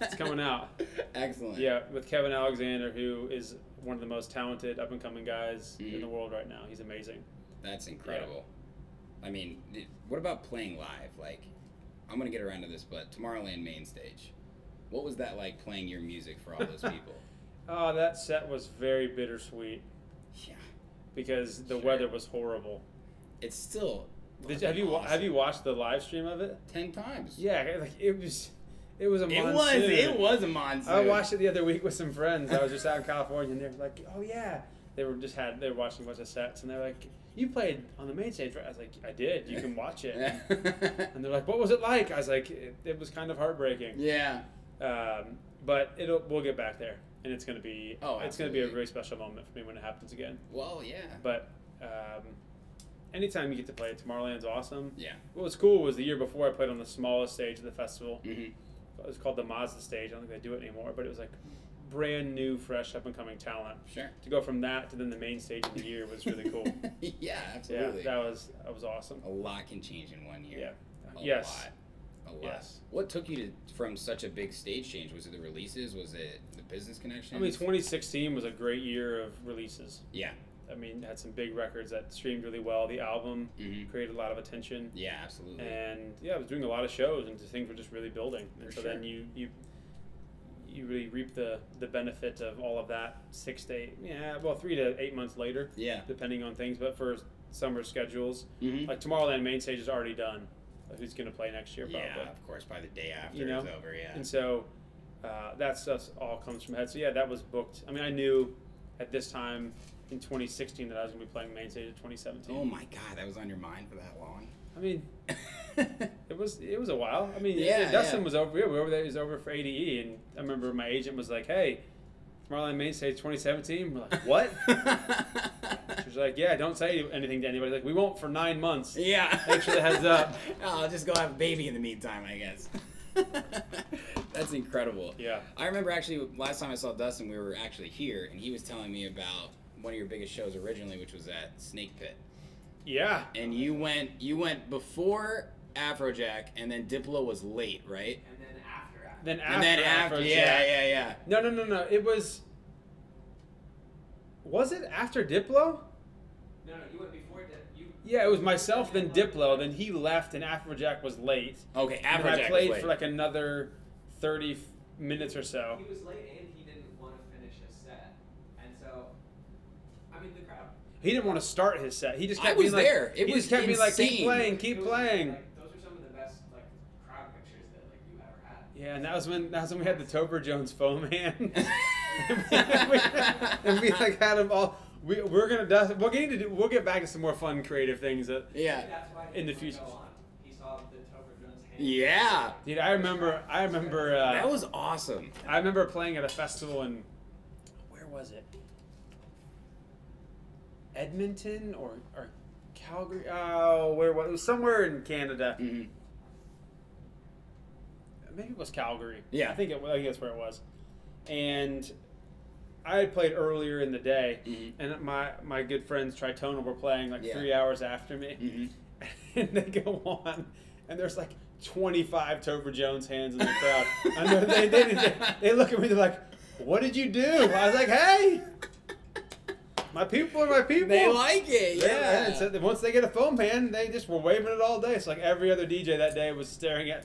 Speaker 3: it's coming out.
Speaker 2: Excellent.
Speaker 3: Yeah, with Kevin Alexander, who is one of the most talented up and coming guys
Speaker 2: Mhm.
Speaker 3: in the world right now. He's amazing.
Speaker 2: That's incredible. I mean, it- what about playing live? Like, I'm gonna get around to this, but Tomorrowland main stage. What was that like playing your music for all those people?
Speaker 3: Oh, that set was very bittersweet
Speaker 2: yeah.
Speaker 3: because the
Speaker 2: Sure.
Speaker 3: weather was horrible.
Speaker 2: It's still.
Speaker 3: Did you, have you wa
Speaker 2: awesome.
Speaker 3: have you watched the live stream of it?
Speaker 2: ten times?
Speaker 3: Yeah, like it was, it was a
Speaker 2: It
Speaker 3: monsoon.
Speaker 2: was. It was a monsoon.
Speaker 3: I watched it the other week with some friends. I was just out in California, and they were like, "Oh yeah," they were just had they were watching a bunch of sets, and they're like, "You played on the main stage, right?" I was like, "I did. You can watch it." and they're like, "What was it like?" I was like, "It, it was kind of heartbreaking."
Speaker 2: yeah.
Speaker 3: Um, but it'll we'll get back there, and it's gonna be
Speaker 2: Oh,
Speaker 3: it's gonna be a
Speaker 2: absolutely.
Speaker 3: really special moment for me when it happens again.
Speaker 2: Well, yeah.
Speaker 3: But um, anytime you get to play it, Tomorrowland's awesome.
Speaker 2: yeah.
Speaker 3: What was cool was the year before I played on the smallest stage of the festival.
Speaker 2: Mhm.
Speaker 3: It was called the Mazda stage. I don't think they do it anymore, but it was like brand new, fresh, up and coming talent.
Speaker 2: Sure.
Speaker 3: To go from that to then the main stage of the year was really cool.
Speaker 2: yeah,
Speaker 3: yeah,
Speaker 2: absolutely. Oh,
Speaker 3: that was that was awesome.
Speaker 2: a lot can change in one year.
Speaker 3: Yeah.
Speaker 2: A
Speaker 3: Yes.
Speaker 2: lot. A lot.
Speaker 3: Yes.
Speaker 2: What took you to from such a big stage change? Was it the releases? Was it the business connection?
Speaker 3: I mean, 2016 was a great year of releases.
Speaker 2: Yeah.
Speaker 3: I mean, had some big records that streamed really well. The album
Speaker 2: Mhm.
Speaker 3: created a lot of attention.
Speaker 2: Yeah, absolutely.
Speaker 3: and yeah, I was doing a lot of shows, and things were just really building. And
Speaker 2: For
Speaker 3: so
Speaker 2: sure.
Speaker 3: then you you you really reap the the benefit of all of that six to eight, yeah, well, three to eight months later,
Speaker 2: yeah.
Speaker 3: depending on things. But for summer schedules,
Speaker 2: Mhm.
Speaker 3: like Tomorrowland main stage is already done. Like, who's going to play next year? Probably.
Speaker 2: yeah, of course. By the day after
Speaker 3: You know?
Speaker 2: it's over, yeah. Oh
Speaker 3: And so uh, that stuff all comes from head. So yeah, that was booked. I mean, I knew at this time in 2016 that I was going to be playing main stage in 2017.
Speaker 2: oh my God, that was on your mind for that long.
Speaker 3: I mean, It was it was a while. I mean,
Speaker 2: Yeah,
Speaker 3: yeah, Dustin
Speaker 2: yeah.
Speaker 3: was over. Yeah, we were over there. He was over for ADE, and I remember my agent was like, "Hey, Marlon Main stage 2017." We're like, "What?" she was like, "Yeah, don't say anything to anybody. Like, we won't for nine months."
Speaker 2: yeah. Oh,
Speaker 3: Thanks for the heads up.
Speaker 2: I'll just go have a baby in the meantime, I guess. That's incredible.
Speaker 3: Yeah.
Speaker 2: I remember actually last time I saw Dustin, we were actually here, and he was telling me about one of your biggest shows originally, which was at Snake Pit,
Speaker 3: Yeah.
Speaker 2: and you went you went before Afrojack, and then Diplo was late, right?
Speaker 3: Then after,
Speaker 2: and then after,
Speaker 3: Afrojack-
Speaker 2: yeah, yeah, yeah.
Speaker 3: No, no, no, no. It was. Was it after Diplo?
Speaker 4: No, no, you went before that. You
Speaker 3: Yeah, it was myself, then Diplo, then he left, and Afrojack was late.
Speaker 2: Okay,
Speaker 3: And then
Speaker 2: Afrojack
Speaker 3: I played
Speaker 2: was late.
Speaker 3: for like another 30 f- minutes or so.
Speaker 4: he was late and he didn't want to finish his set, and so, I mean the crowd.
Speaker 3: He didn't want to start his set. He just
Speaker 2: I
Speaker 3: kept
Speaker 2: was
Speaker 3: being like,
Speaker 2: there. It
Speaker 3: he
Speaker 2: was
Speaker 3: just kept being like,
Speaker 2: insane.
Speaker 3: keep playing, keep
Speaker 4: Those are,
Speaker 3: playing.
Speaker 4: Like, those are some of the best like crowd pictures that like you ever had.
Speaker 3: Yeah, and that was when that was when we had the Tober Jones foam hand, and, we, and we, like had them all. We, we're gonna dust. We're going to do. We'll get back to some more fun creative things. That
Speaker 2: yeah,
Speaker 4: Maybe That's why he
Speaker 3: In the
Speaker 4: didn't wanna
Speaker 3: future.
Speaker 4: Go on. He saw the Topher Jones hand.
Speaker 2: yeah.
Speaker 3: dude, I remember. I remember. Uh,
Speaker 2: That was awesome.
Speaker 3: I remember playing at a festival in where was it? Edmonton or or Calgary? Oh, where was it? Was somewhere in Canada.
Speaker 2: Mhm.
Speaker 3: Maybe it was Calgary.
Speaker 2: Yeah.
Speaker 3: I think it. I think that's where it was. And I had played earlier in the day,
Speaker 2: Mhm.
Speaker 3: and my my good friends Tritona were playing like
Speaker 2: Yeah.
Speaker 3: three hours after me,
Speaker 2: Mhm.
Speaker 3: and they go on, and there's like 25 Topher Jones hands in the crowd. I know they, they, they, they look at me, they're like, "What did you do?" I was like, "Hey, my people are my people."
Speaker 2: They like it,
Speaker 3: Yeah,
Speaker 2: yeah.
Speaker 3: and so then once they get a foam pan, they just were waving it all day. So like every other DJ that day was staring at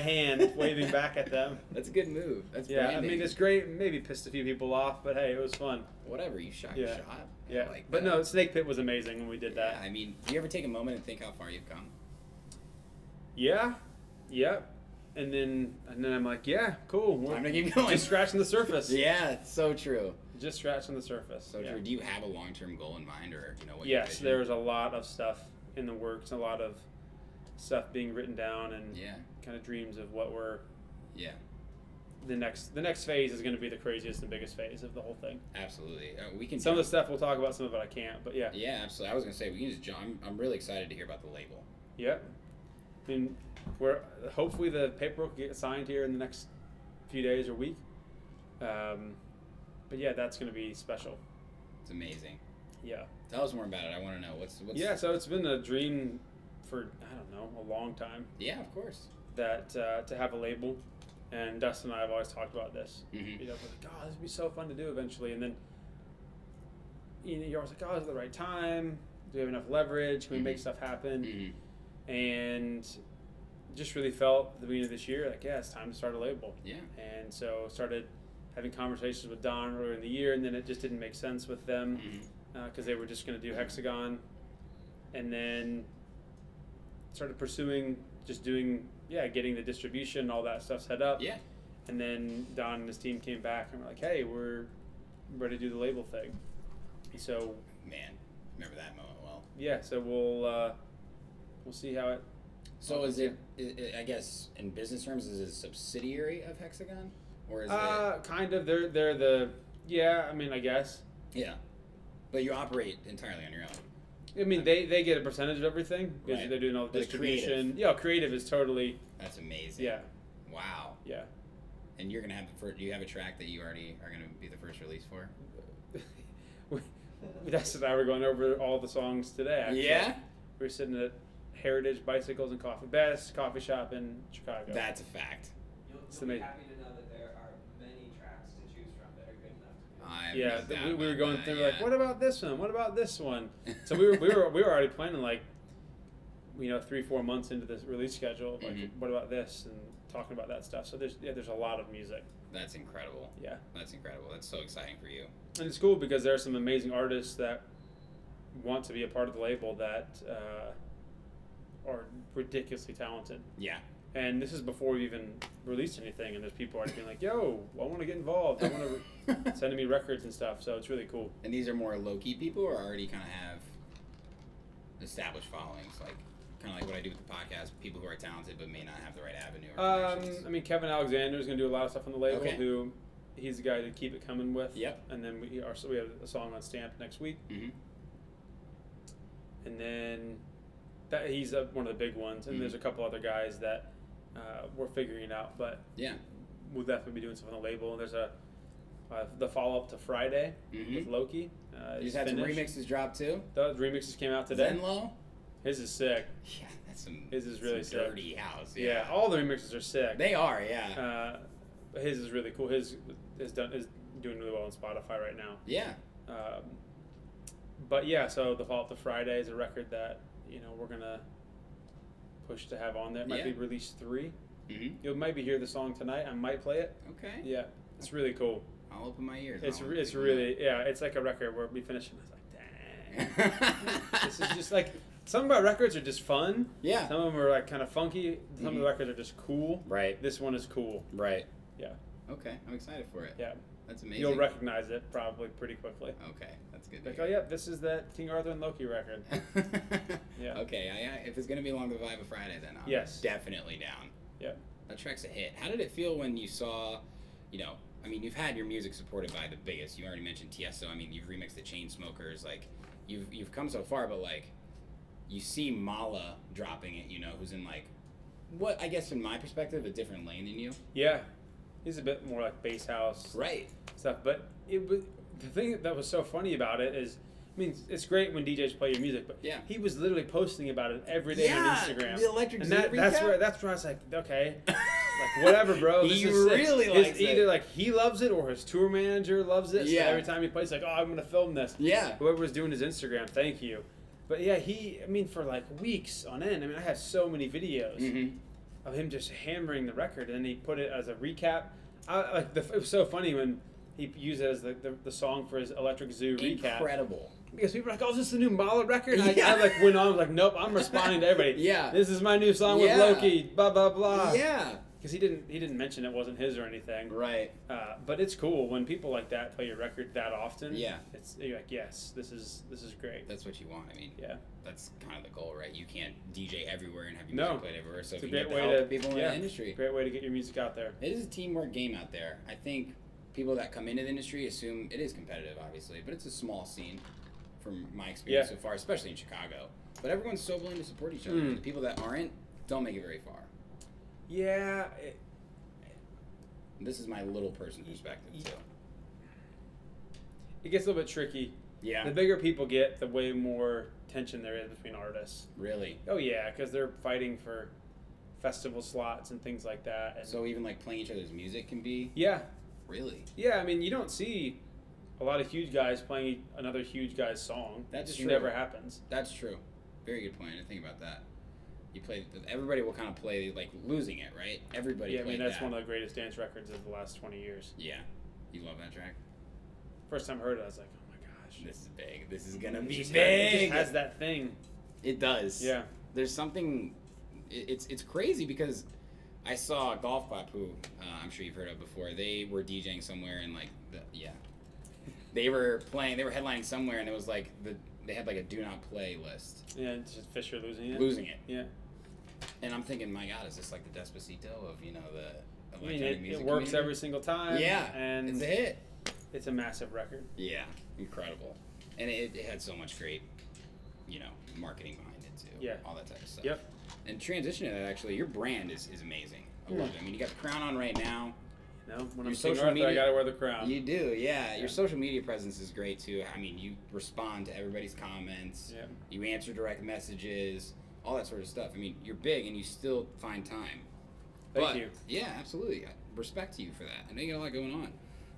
Speaker 3: hand, waving back at them.
Speaker 2: That's a good move. That's
Speaker 3: Yeah,
Speaker 2: branding.
Speaker 3: I mean it's great. Maybe pissed a few people off, but hey, it was fun.
Speaker 2: whatever you shot,
Speaker 3: Yeah.
Speaker 2: you shot. I
Speaker 3: Yeah,
Speaker 2: like
Speaker 3: but
Speaker 2: that.
Speaker 3: no, Snake Pit was amazing when we did
Speaker 2: Yeah,
Speaker 3: that.
Speaker 2: I mean, do you ever take a moment and think how far you've come?
Speaker 3: Yeah, yeah. and then and then I'm like, yeah, cool. We're
Speaker 2: Time to keep going.
Speaker 3: Just scratching the surface.
Speaker 2: Yeah, it's so true.
Speaker 3: Just scratching the surface.
Speaker 2: So
Speaker 3: yeah.
Speaker 2: true. Do you have a long term goal in mind, or do you know what? your
Speaker 3: Yes,
Speaker 2: vision-
Speaker 3: there's a lot of stuff in the works, a lot of stuff being written down, and
Speaker 2: Yeah,
Speaker 3: kind of dreams of what we're
Speaker 2: yeah,
Speaker 3: the next. The next phase is going to be the craziest and biggest phase of the whole thing.
Speaker 2: absolutely. Uh, we can.
Speaker 3: Some of the
Speaker 2: jump-
Speaker 3: stuff we'll talk about, some of it I can't. But yeah,
Speaker 2: Yeah, absolutely. I was gonna say we can just jump. I'm, I'm really excited to hear about the label.
Speaker 3: yeah. I mean, we're hopefully the paperwork will get signed here in the next few days or week. Um, but yeah, that's going to be special.
Speaker 2: It's amazing.
Speaker 3: Yeah.
Speaker 2: Tell us more about it. I want to know what's what's.
Speaker 3: Yeah, so it's been a dream for I don't know a long time
Speaker 2: Yeah, of course.
Speaker 3: that uh, to have a label, and Dustin and I have always talked about this.
Speaker 2: Mhm.
Speaker 3: You know, we're like, oh, this would be so fun to do eventually, and then you know, you're always like, oh, is it the right time? Do we have enough leverage? Can we make
Speaker 2: Mhm.
Speaker 3: stuff happen?
Speaker 2: Mhm.
Speaker 3: And just really felt at the beginning of this year like, yeah, it's time to start a label.
Speaker 2: Yeah.
Speaker 3: And so started having conversations with Don earlier in the year, and then it just didn't make sense with them
Speaker 2: Mhm.
Speaker 3: because they were just going to do Hexagon, and then started pursuing just doing yeah, getting the distribution, all that stuff set up,
Speaker 2: Yeah.
Speaker 3: and then Don and his team came back and were like, hey, we're ready to do the label thing. So
Speaker 2: Man, remember that moment well.
Speaker 3: yeah, so we'll uh, we'll see how it.
Speaker 2: So is it? i- i- I guess in business terms, is it a subsidiary of Hexagon, or is
Speaker 3: Uh, kind of. They're they're the yeah. I mean, I guess.
Speaker 2: it? Yeah. But you operate entirely on your own.
Speaker 3: I mean, they, they get a percentage of everything because
Speaker 2: Right.
Speaker 3: they're doing all the
Speaker 2: But the creative.
Speaker 3: distribution. Yeah, creative is totally
Speaker 2: That's amazing.
Speaker 3: yeah
Speaker 2: Wow.
Speaker 3: yeah.
Speaker 2: And you're gonna have the first. Do you have a track that you already are gonna be the first release for?
Speaker 3: We- That's and I were going over all the songs today. Actually.
Speaker 2: Yeah.
Speaker 3: we were sitting at Heritage Bicycles and Coffee Best Coffee Shop in Chicago.
Speaker 2: That's a fact.
Speaker 4: You'll,
Speaker 3: It's
Speaker 4: you'll be
Speaker 3: amazing.
Speaker 4: happy to know that there are many tracks to choose from that are good enough to be.
Speaker 2: I have
Speaker 3: yeah,
Speaker 2: no
Speaker 3: th-
Speaker 2: doubt
Speaker 3: we, we were
Speaker 2: about
Speaker 3: going
Speaker 2: that,
Speaker 3: through
Speaker 2: yeah.
Speaker 3: like, what about this one? What about this one? So we were we were we were already planning like, you know, three four months into this release schedule. Like,
Speaker 2: Mhm.
Speaker 3: what about this and talking about that stuff. So there's yeah, there's a lot of music.
Speaker 2: That's incredible.
Speaker 3: Yeah.
Speaker 2: That's incredible. That's so exciting for you.
Speaker 3: and it's cool because there are some amazing artists that want to be a part of the label that uh, are ridiculously talented.
Speaker 2: Yeah.
Speaker 3: And this is before we even released anything, and there's people already being like, "Yo, I want to get involved. I want to re- sending me records and stuff." So it's really cool.
Speaker 2: and these are more low key people, or already kind of have established followings, like kind of like what I do with the podcast. People who are talented but may not have the right avenue. Or
Speaker 3: Um,
Speaker 2: connections.
Speaker 3: I mean, Kevin Alexander is going to do a lot of stuff on the label.
Speaker 2: Okay.
Speaker 3: Who he's the guy to keep it coming with.
Speaker 2: Yep.
Speaker 3: And then we are so we have a song on Stamp next week,
Speaker 2: Mhm.
Speaker 3: and then that he's uh one of the big ones. And
Speaker 2: Mhm.
Speaker 3: there's a couple other guys that uh, we're figuring out, but
Speaker 2: Yeah.
Speaker 3: we'll definitely be doing stuff on the label. And there's a uh, the follow up to Friday with
Speaker 2: Mhm.
Speaker 3: Loki. Uh,
Speaker 2: You
Speaker 3: is
Speaker 2: just had some
Speaker 3: finished.
Speaker 2: remixes drop too.
Speaker 3: The remixes came out today.
Speaker 2: Zenlo.
Speaker 3: His is sick.
Speaker 2: Yeah, that's some.
Speaker 3: His is really
Speaker 2: some
Speaker 3: sick.
Speaker 2: dirty house.
Speaker 3: Yeah. all the remixes are sick.
Speaker 2: They are. Yeah.
Speaker 3: uh, his is really cool. His is done is doing really well on Spotify right now.
Speaker 2: yeah.
Speaker 3: Um, but yeah, so the follow up to Friday is a record that you know we're gonna push to have on there. It might
Speaker 2: Yeah.
Speaker 3: be released three.
Speaker 2: Mhm.
Speaker 3: You'll maybe hear the song tonight. I might play it.
Speaker 2: Okay.
Speaker 3: Yeah, it's really cool.
Speaker 2: I'll open my ears.
Speaker 3: It's
Speaker 2: I'll
Speaker 3: re- it's
Speaker 2: open
Speaker 3: really yeah. It's like a record where we finish and I was like, dang.
Speaker 2: my-
Speaker 3: this is just like some of our records are just fun.
Speaker 2: Yeah.
Speaker 3: Some of them are like kind of funky. Some of
Speaker 2: Mhm.
Speaker 3: the records are just cool.
Speaker 2: Right.
Speaker 3: This one is cool.
Speaker 2: Right.
Speaker 3: Yeah.
Speaker 2: Okay. I'm excited for it.
Speaker 3: Yeah.
Speaker 2: That's amazing.
Speaker 3: You'll recognize it probably pretty quickly.
Speaker 2: Okay, that's good. to
Speaker 3: Like, oh
Speaker 2: hear.
Speaker 3: yep, this is that King Arthur and Loki record. Yeah.
Speaker 2: Okay, I, I, if it's gonna be along the vibe of Friday, then I'm
Speaker 3: Yes.
Speaker 2: definitely down.
Speaker 3: Yep.
Speaker 2: That track's a hit. How did it feel when you saw, you know, I mean, you've had your music supported by the biggest. You already mentioned Tiesto. I mean, you've remixed the Chainsmokers. Like, you've you've come so far, but like, you see Mala dropping it. You know, who's in like, what I guess in my perspective, a different lane than you.
Speaker 3: Yeah. He's a bit more like bass house
Speaker 2: Right.
Speaker 3: stuff, but it was the thing that was so funny about it is. I mean, it's great when DJs play your music, but
Speaker 2: Yeah.
Speaker 3: he was literally posting about it every day on
Speaker 2: Yeah,
Speaker 3: Instagram.
Speaker 2: the electric
Speaker 3: and that,
Speaker 2: zoo
Speaker 3: that's
Speaker 2: recap?
Speaker 3: where that's where I was like, okay, like whatever, bro. This
Speaker 2: he
Speaker 3: is sick.
Speaker 2: really
Speaker 3: It's
Speaker 2: likes
Speaker 3: either
Speaker 2: it.
Speaker 3: like he loves it or his tour manager loves it.
Speaker 2: Yeah.
Speaker 3: So every time he plays, like, oh, I'm gonna film this.
Speaker 2: Yeah.
Speaker 3: Whoever was doing his Instagram, thank you. But yeah, he. I mean, for like weeks on end. I mean, I have so many videos
Speaker 2: Mhm.
Speaker 3: of him just hammering the record, and he put it as a recap. I, like the, it was so funny when he used it as the, the, the song for his Electric Zoo recap.
Speaker 2: Incredible.
Speaker 3: Because people are like, "Oh, is this the new Mala record?" I,
Speaker 2: Yeah.
Speaker 3: I like went on, I was like, "Nope, I'm responding to everybody."
Speaker 2: Yeah.
Speaker 3: This is my new song
Speaker 2: Yeah.
Speaker 3: with Loki. Blah blah blah.
Speaker 2: Yeah.
Speaker 3: because he didn't he didn't mention it wasn't his or anything.
Speaker 2: Right.
Speaker 3: Uh, but it's cool when people like that play your record that often.
Speaker 2: Yeah.
Speaker 3: It's you're like yes, this is this is great.
Speaker 2: That's what you want. I mean,
Speaker 3: Yeah.
Speaker 2: that's kind of the goal, right? You can't DJ everywhere and have your
Speaker 3: No.
Speaker 2: music played everywhere. So if
Speaker 3: It's a
Speaker 2: you
Speaker 3: great
Speaker 2: get the
Speaker 3: way
Speaker 2: help
Speaker 3: to
Speaker 2: of people in
Speaker 3: yeah,
Speaker 2: the industry,
Speaker 3: Great way to get your music out there.
Speaker 2: it is a teamwork game out there. I think people that come into the industry assume it is competitive, obviously, but it's a small scene from my experience
Speaker 3: Yeah.
Speaker 2: so far, especially in Chicago. But everyone's so willing to support each other.
Speaker 3: Mm.
Speaker 2: The people that aren't don't make it very far.
Speaker 3: Yeah. It,
Speaker 2: This is my little person perspective
Speaker 3: Ye-
Speaker 2: too.
Speaker 3: it gets a little bit tricky.
Speaker 2: Yeah,
Speaker 3: The bigger people get, the way more tension there is between artists.
Speaker 2: really.
Speaker 3: Oh yeah, because they're fighting for festival slots and things like that. And
Speaker 2: So even like playing each other's music can be
Speaker 3: yeah,
Speaker 2: really.
Speaker 3: yeah. I mean, you don't see a lot of huge guys playing another huge guy's song.
Speaker 2: That's
Speaker 3: it
Speaker 2: true.
Speaker 3: never happens.
Speaker 2: That's true. Very good point. I didn't think about that. You play. Everybody will kind of play like losing it, right? Everybody.
Speaker 3: yeah, I
Speaker 2: played
Speaker 3: mean that's
Speaker 2: that.
Speaker 3: one of the greatest dance records of the last twenty years.
Speaker 2: Yeah, you love that track.
Speaker 3: First time I heard it, I was like, oh my gosh,
Speaker 2: This is big. This is gonna be
Speaker 3: It just
Speaker 2: big.
Speaker 3: has that thing.
Speaker 2: It does.
Speaker 3: Yeah,
Speaker 2: There's something. it- It's it's crazy because I saw Golf Clap, who uh, I'm sure you've heard of before. They were DJing somewhere and like the, yeah, they were playing. They were headlining somewhere and it was like the they had like a do not play list,
Speaker 3: yeah. It's just Fisher losing it.
Speaker 2: losing it.
Speaker 3: Yeah,
Speaker 2: And I'm thinking, my God, is this like the Despacito of you know the
Speaker 3: I mean
Speaker 2: electronic
Speaker 3: it,
Speaker 2: music?
Speaker 3: it works
Speaker 2: community?
Speaker 3: every single time.
Speaker 2: Yeah,
Speaker 3: and
Speaker 2: it's a hit.
Speaker 3: it's a massive record.
Speaker 2: Yeah, incredible. And it, it had so much great, you know, marketing behind it too.
Speaker 3: Yeah.
Speaker 2: All that type of stuff.
Speaker 3: Yep.
Speaker 2: And transition to that actually, your brand is, is amazing. I
Speaker 3: Hmm.
Speaker 2: love it. I mean, you got the crown on right now.
Speaker 3: You know,
Speaker 2: Your
Speaker 3: when I'm King
Speaker 2: social
Speaker 3: Arthur, I
Speaker 2: media-
Speaker 3: gotta wear the crown.
Speaker 2: You do, yeah.
Speaker 3: Yeah.
Speaker 2: Your social media presence is great too. I mean, you respond to everybody's comments.
Speaker 3: Yeah.
Speaker 2: You answer direct messages, all that sort of stuff. I mean, you're big and you still find time.
Speaker 3: Thank
Speaker 2: But-
Speaker 3: you.
Speaker 2: Yeah, absolutely. I- Respect to you for that. I know you got a lot going on.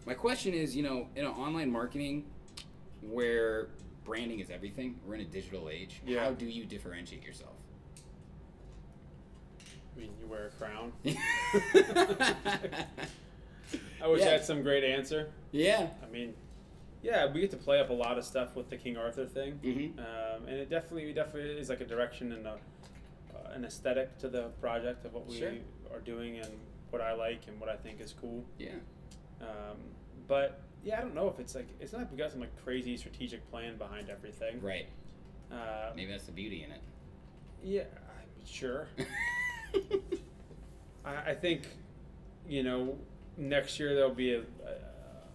Speaker 2: My question is, you know, in an online marketing where branding is everything, we're in a digital age.
Speaker 3: Yeah.
Speaker 2: How do you differentiate yourself?
Speaker 3: I mean, you wear a crown.
Speaker 2: yeah.
Speaker 3: I wish
Speaker 2: Yeah.
Speaker 3: I had some great answer. I mean, yeah, we get to play up a lot of stuff with the King Arthur thing,
Speaker 2: Mhm.
Speaker 3: um, and it definitely, definitely is like a direction and a, uh, an aesthetic to the project of what we
Speaker 2: Sure.
Speaker 3: are doing and what I like and what I think is cool.
Speaker 2: Yeah.
Speaker 3: Um, but yeah, I don't know if it's like it's not like we got some like crazy strategic plan behind everything.
Speaker 2: Right.
Speaker 3: Uh,
Speaker 2: Maybe that's the beauty in it.
Speaker 3: yeah, I- sure. I, I think, you know, next year there'll be a, a,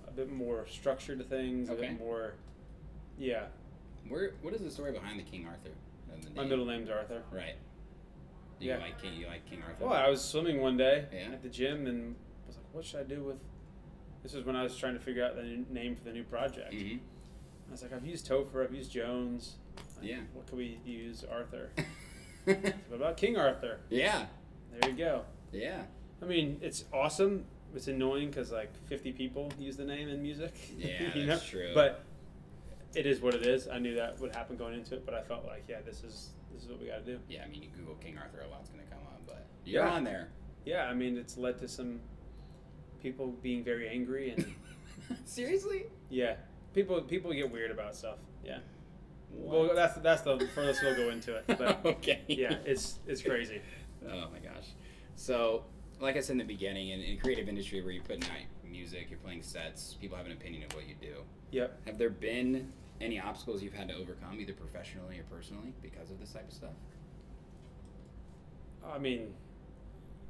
Speaker 3: a bit more structure to things, a
Speaker 2: Okay.
Speaker 3: bit more. Yeah,
Speaker 2: Where? What is the story behind the King Arthur? and the
Speaker 3: my
Speaker 2: name?
Speaker 3: middle name's Arthur.
Speaker 2: Right. Do you
Speaker 3: Yeah.
Speaker 2: like King? You like King Arthur?
Speaker 3: Well, I was swimming one day
Speaker 2: Yeah.
Speaker 3: at the gym and was like, what should I do with. This is when I was trying to figure out the new name for the new project.
Speaker 2: hmm
Speaker 3: I was like, I've used Topher, I've used Jones. Like,
Speaker 2: Yeah.
Speaker 3: What could we use? Arthur. what about King Arthur?
Speaker 2: Mm-hmm. yeah.
Speaker 3: There you go.
Speaker 2: Yeah.
Speaker 3: I mean, it's awesome. It's annoying because like 50 people use the name in music.
Speaker 2: Yeah,
Speaker 3: you
Speaker 2: that's
Speaker 3: know?
Speaker 2: true.
Speaker 3: But it is what it is. I knew that would happen going into it, but I felt like, yeah, this is this is what we got to do.
Speaker 2: Yeah. I mean, you Google King Arthur, a lot's gonna come up, but you're
Speaker 3: Yeah.
Speaker 2: on there.
Speaker 3: Yeah, I mean, it's led to some people being very angry and
Speaker 2: Seriously?
Speaker 3: yeah, people people get weird about stuff. Yeah. Well,
Speaker 2: What? Oh,
Speaker 3: that's that's the furthest we'll go into it. But
Speaker 2: okay.
Speaker 3: yeah, it's it's crazy.
Speaker 2: Oh my gosh. So, like I said in the beginning, in, in creative industry where you're putting out music, you're playing sets, people have an opinion of what you do.
Speaker 3: Yep.
Speaker 2: Have there been any obstacles you've had to overcome, either professionally or personally, because of this type of stuff?
Speaker 3: I mean,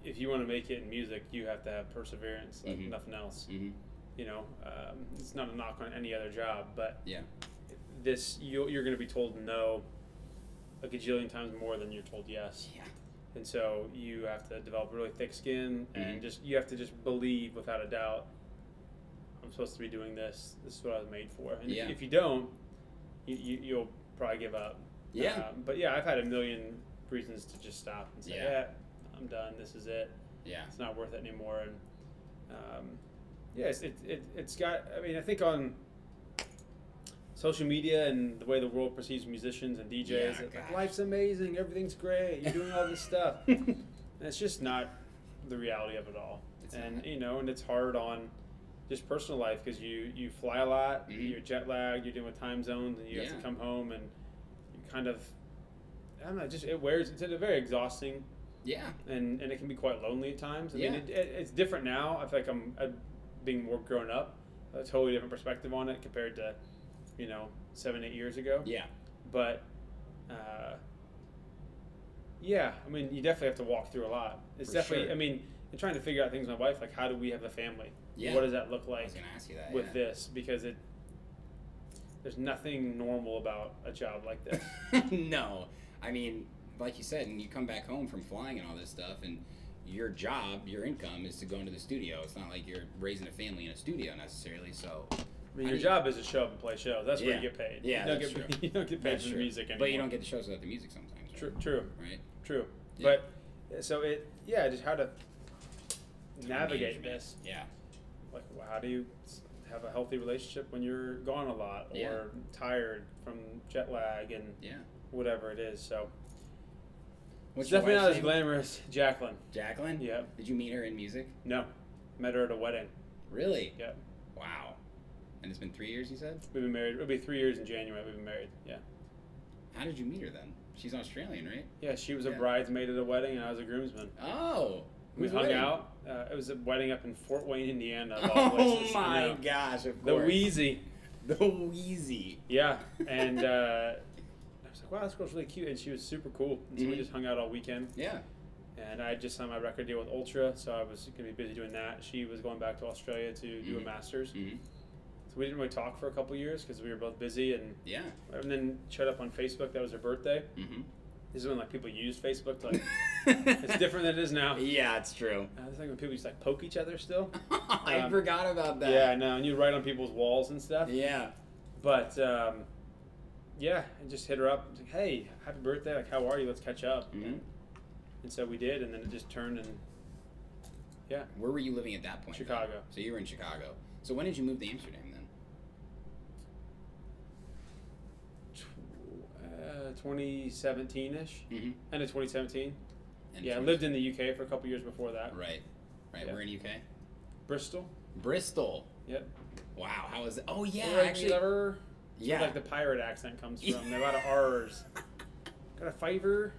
Speaker 3: if you want to make it in music, you have to have perseverance like
Speaker 2: Mhm.
Speaker 3: nothing else.
Speaker 2: Mm-hmm.
Speaker 3: you know um, it's not a knock on any other job but
Speaker 2: Yeah.
Speaker 3: this you, you're going to be told no a gajillion times more than you're told yes
Speaker 2: Yeah.
Speaker 3: and so you have to develop really thick skin
Speaker 2: Mhm.
Speaker 3: and just you have to just believe without a doubt i'm supposed to be doing this this is what i was made for and if-
Speaker 2: Yeah.
Speaker 3: if, you don't you, you, you'll probably give up
Speaker 2: Yeah.
Speaker 3: Um, but yeah i've had a million reasons to just stop and say
Speaker 2: Yeah.
Speaker 3: yeah, i'm done this is it
Speaker 2: Yeah.
Speaker 3: it's not worth it anymore. And um, yes, it, it it's got. I mean, I think on social media and the way the world perceives musicians and DJs,
Speaker 2: Yeah,
Speaker 3: it's like
Speaker 2: gosh.
Speaker 3: life's amazing, everything's great, you're doing all this stuff. and it's just not the reality of it all.
Speaker 2: It's
Speaker 3: and
Speaker 2: not.
Speaker 3: you know, and it's hard on just personal life because you you fly a lot,
Speaker 2: Mhm.
Speaker 3: you're jet lagged, you're dealing with time zones, and you have
Speaker 2: Yeah.
Speaker 3: to come home and you kind of. I don't know. Just it wears. It's a very exhausting
Speaker 2: Yeah.
Speaker 3: and and it can be quite lonely at times. I
Speaker 2: Yeah.
Speaker 3: mean, it, it, it's different now. I feel like I'm, i being more grown up, a totally different perspective on it compared to, you know, seven eight years ago.
Speaker 2: Yeah.
Speaker 3: But, uh, yeah, I mean, you definitely have to walk through a lot. It's
Speaker 2: For
Speaker 3: definitely.
Speaker 2: sure.
Speaker 3: I mean, and trying to figure out things with my wife, like how do we have a family?
Speaker 2: Yeah.
Speaker 3: What does that look
Speaker 2: I
Speaker 3: like
Speaker 2: was gonna ask you that.
Speaker 3: with
Speaker 2: yeah.
Speaker 3: this? Because it. There's nothing normal about a job like this.
Speaker 2: no, I mean, like you said, and you come back home from flying and all this stuff, and your job, your income is to go into the studio. It's not like you're raising a family in a studio necessarily. So
Speaker 3: I mean,
Speaker 2: I
Speaker 3: your
Speaker 2: need-
Speaker 3: job is to show up and play shows. That's where
Speaker 2: Yeah.
Speaker 3: you get paid.
Speaker 2: Yeah,
Speaker 3: you don't
Speaker 2: that's
Speaker 3: get,
Speaker 2: true.
Speaker 3: You don't get paid
Speaker 2: that's
Speaker 3: for the
Speaker 2: true.
Speaker 3: music anymore.
Speaker 2: but you don't get the shows without the music sometimes.
Speaker 3: True,
Speaker 2: right?
Speaker 3: true,
Speaker 2: Right.
Speaker 3: true.
Speaker 2: Yeah.
Speaker 3: But uh, so it, yeah, just how to navigate
Speaker 2: Management.
Speaker 3: this.
Speaker 2: Yeah.
Speaker 3: Like, well, how do you s- have a healthy relationship when you're gone a lot or
Speaker 2: Yeah.
Speaker 3: tired from jet lag and
Speaker 2: Yeah.
Speaker 3: whatever it is? So
Speaker 2: What's
Speaker 3: it's
Speaker 2: your
Speaker 3: definitely not
Speaker 2: wife's name?
Speaker 3: as glamorous, Jacqueline.
Speaker 2: Jacqueline.
Speaker 3: Yeah,
Speaker 2: Did you meet her in music?
Speaker 3: no, met her at a wedding.
Speaker 2: Really?
Speaker 3: Yeah,
Speaker 2: Wow. And it's been three years, you said.
Speaker 3: we've been married. It'll be three years in January. We've been married. Yeah,
Speaker 2: How did you meet her then? She's Australian, right?
Speaker 3: yeah. She was a
Speaker 2: Yeah.
Speaker 3: bridesmaid at a wedding, and I was a groomsman.
Speaker 2: Oh.
Speaker 3: We
Speaker 2: who's
Speaker 3: hung
Speaker 2: wedding?
Speaker 3: out. Uh, it was a wedding up in Fort Wayne, Indiana. of all
Speaker 2: Oh
Speaker 3: places, you
Speaker 2: my
Speaker 3: know.
Speaker 2: gosh! Of
Speaker 3: The
Speaker 2: course.
Speaker 3: Wheezy.
Speaker 2: The Wheezy.
Speaker 3: Yeah, and uh, I was like, wow, this girl's really cute, and she was super cool. And so
Speaker 2: Mhm.
Speaker 3: we just hung out all weekend,
Speaker 2: Yeah.
Speaker 3: and I had just signed my record deal with Ultra, so I was gonna be busy doing that. She was going back to Australia to do a
Speaker 2: Mhm.
Speaker 3: master's,
Speaker 2: hmm
Speaker 3: so we didn't really talk for a couple years because we were both busy, and
Speaker 2: Yeah.
Speaker 3: and then showed up on Facebook. That was her birthday.
Speaker 2: hmm
Speaker 3: This is when like people used Facebook. To, like it's different than it is now.
Speaker 2: Yeah, it's true.
Speaker 3: I was thinking people used to like poke each other still.
Speaker 2: I
Speaker 3: Um,
Speaker 2: forgot about that.
Speaker 3: Yeah, I know, and you write on people's walls and stuff.
Speaker 2: Yeah.
Speaker 3: But um, yeah, I just hit her up. Like, hey, happy birthday! Like, how are you? Let's catch up.
Speaker 2: Mhm.
Speaker 3: And so we did, and then it just turned and yeah,
Speaker 2: Where were you living at that point? then?
Speaker 3: Chicago.
Speaker 2: So you were in Chicago. So when did you move to Amsterdam then?
Speaker 3: Tw- uh, 2017 ish,
Speaker 2: Mm-hmm.
Speaker 3: end of 2017. yeah, I lived in the UK for a couple years before that.
Speaker 2: Right. Right.
Speaker 3: Yeah.
Speaker 2: We're in UK.
Speaker 3: Bristol.
Speaker 2: Bristol.
Speaker 3: Yep.
Speaker 2: Wow. How was? Oh yeah.
Speaker 3: Where
Speaker 2: actually.
Speaker 3: Ever,
Speaker 2: yeah.
Speaker 3: Like the pirate accent comes from. They're a lot of R's. Got a fiver.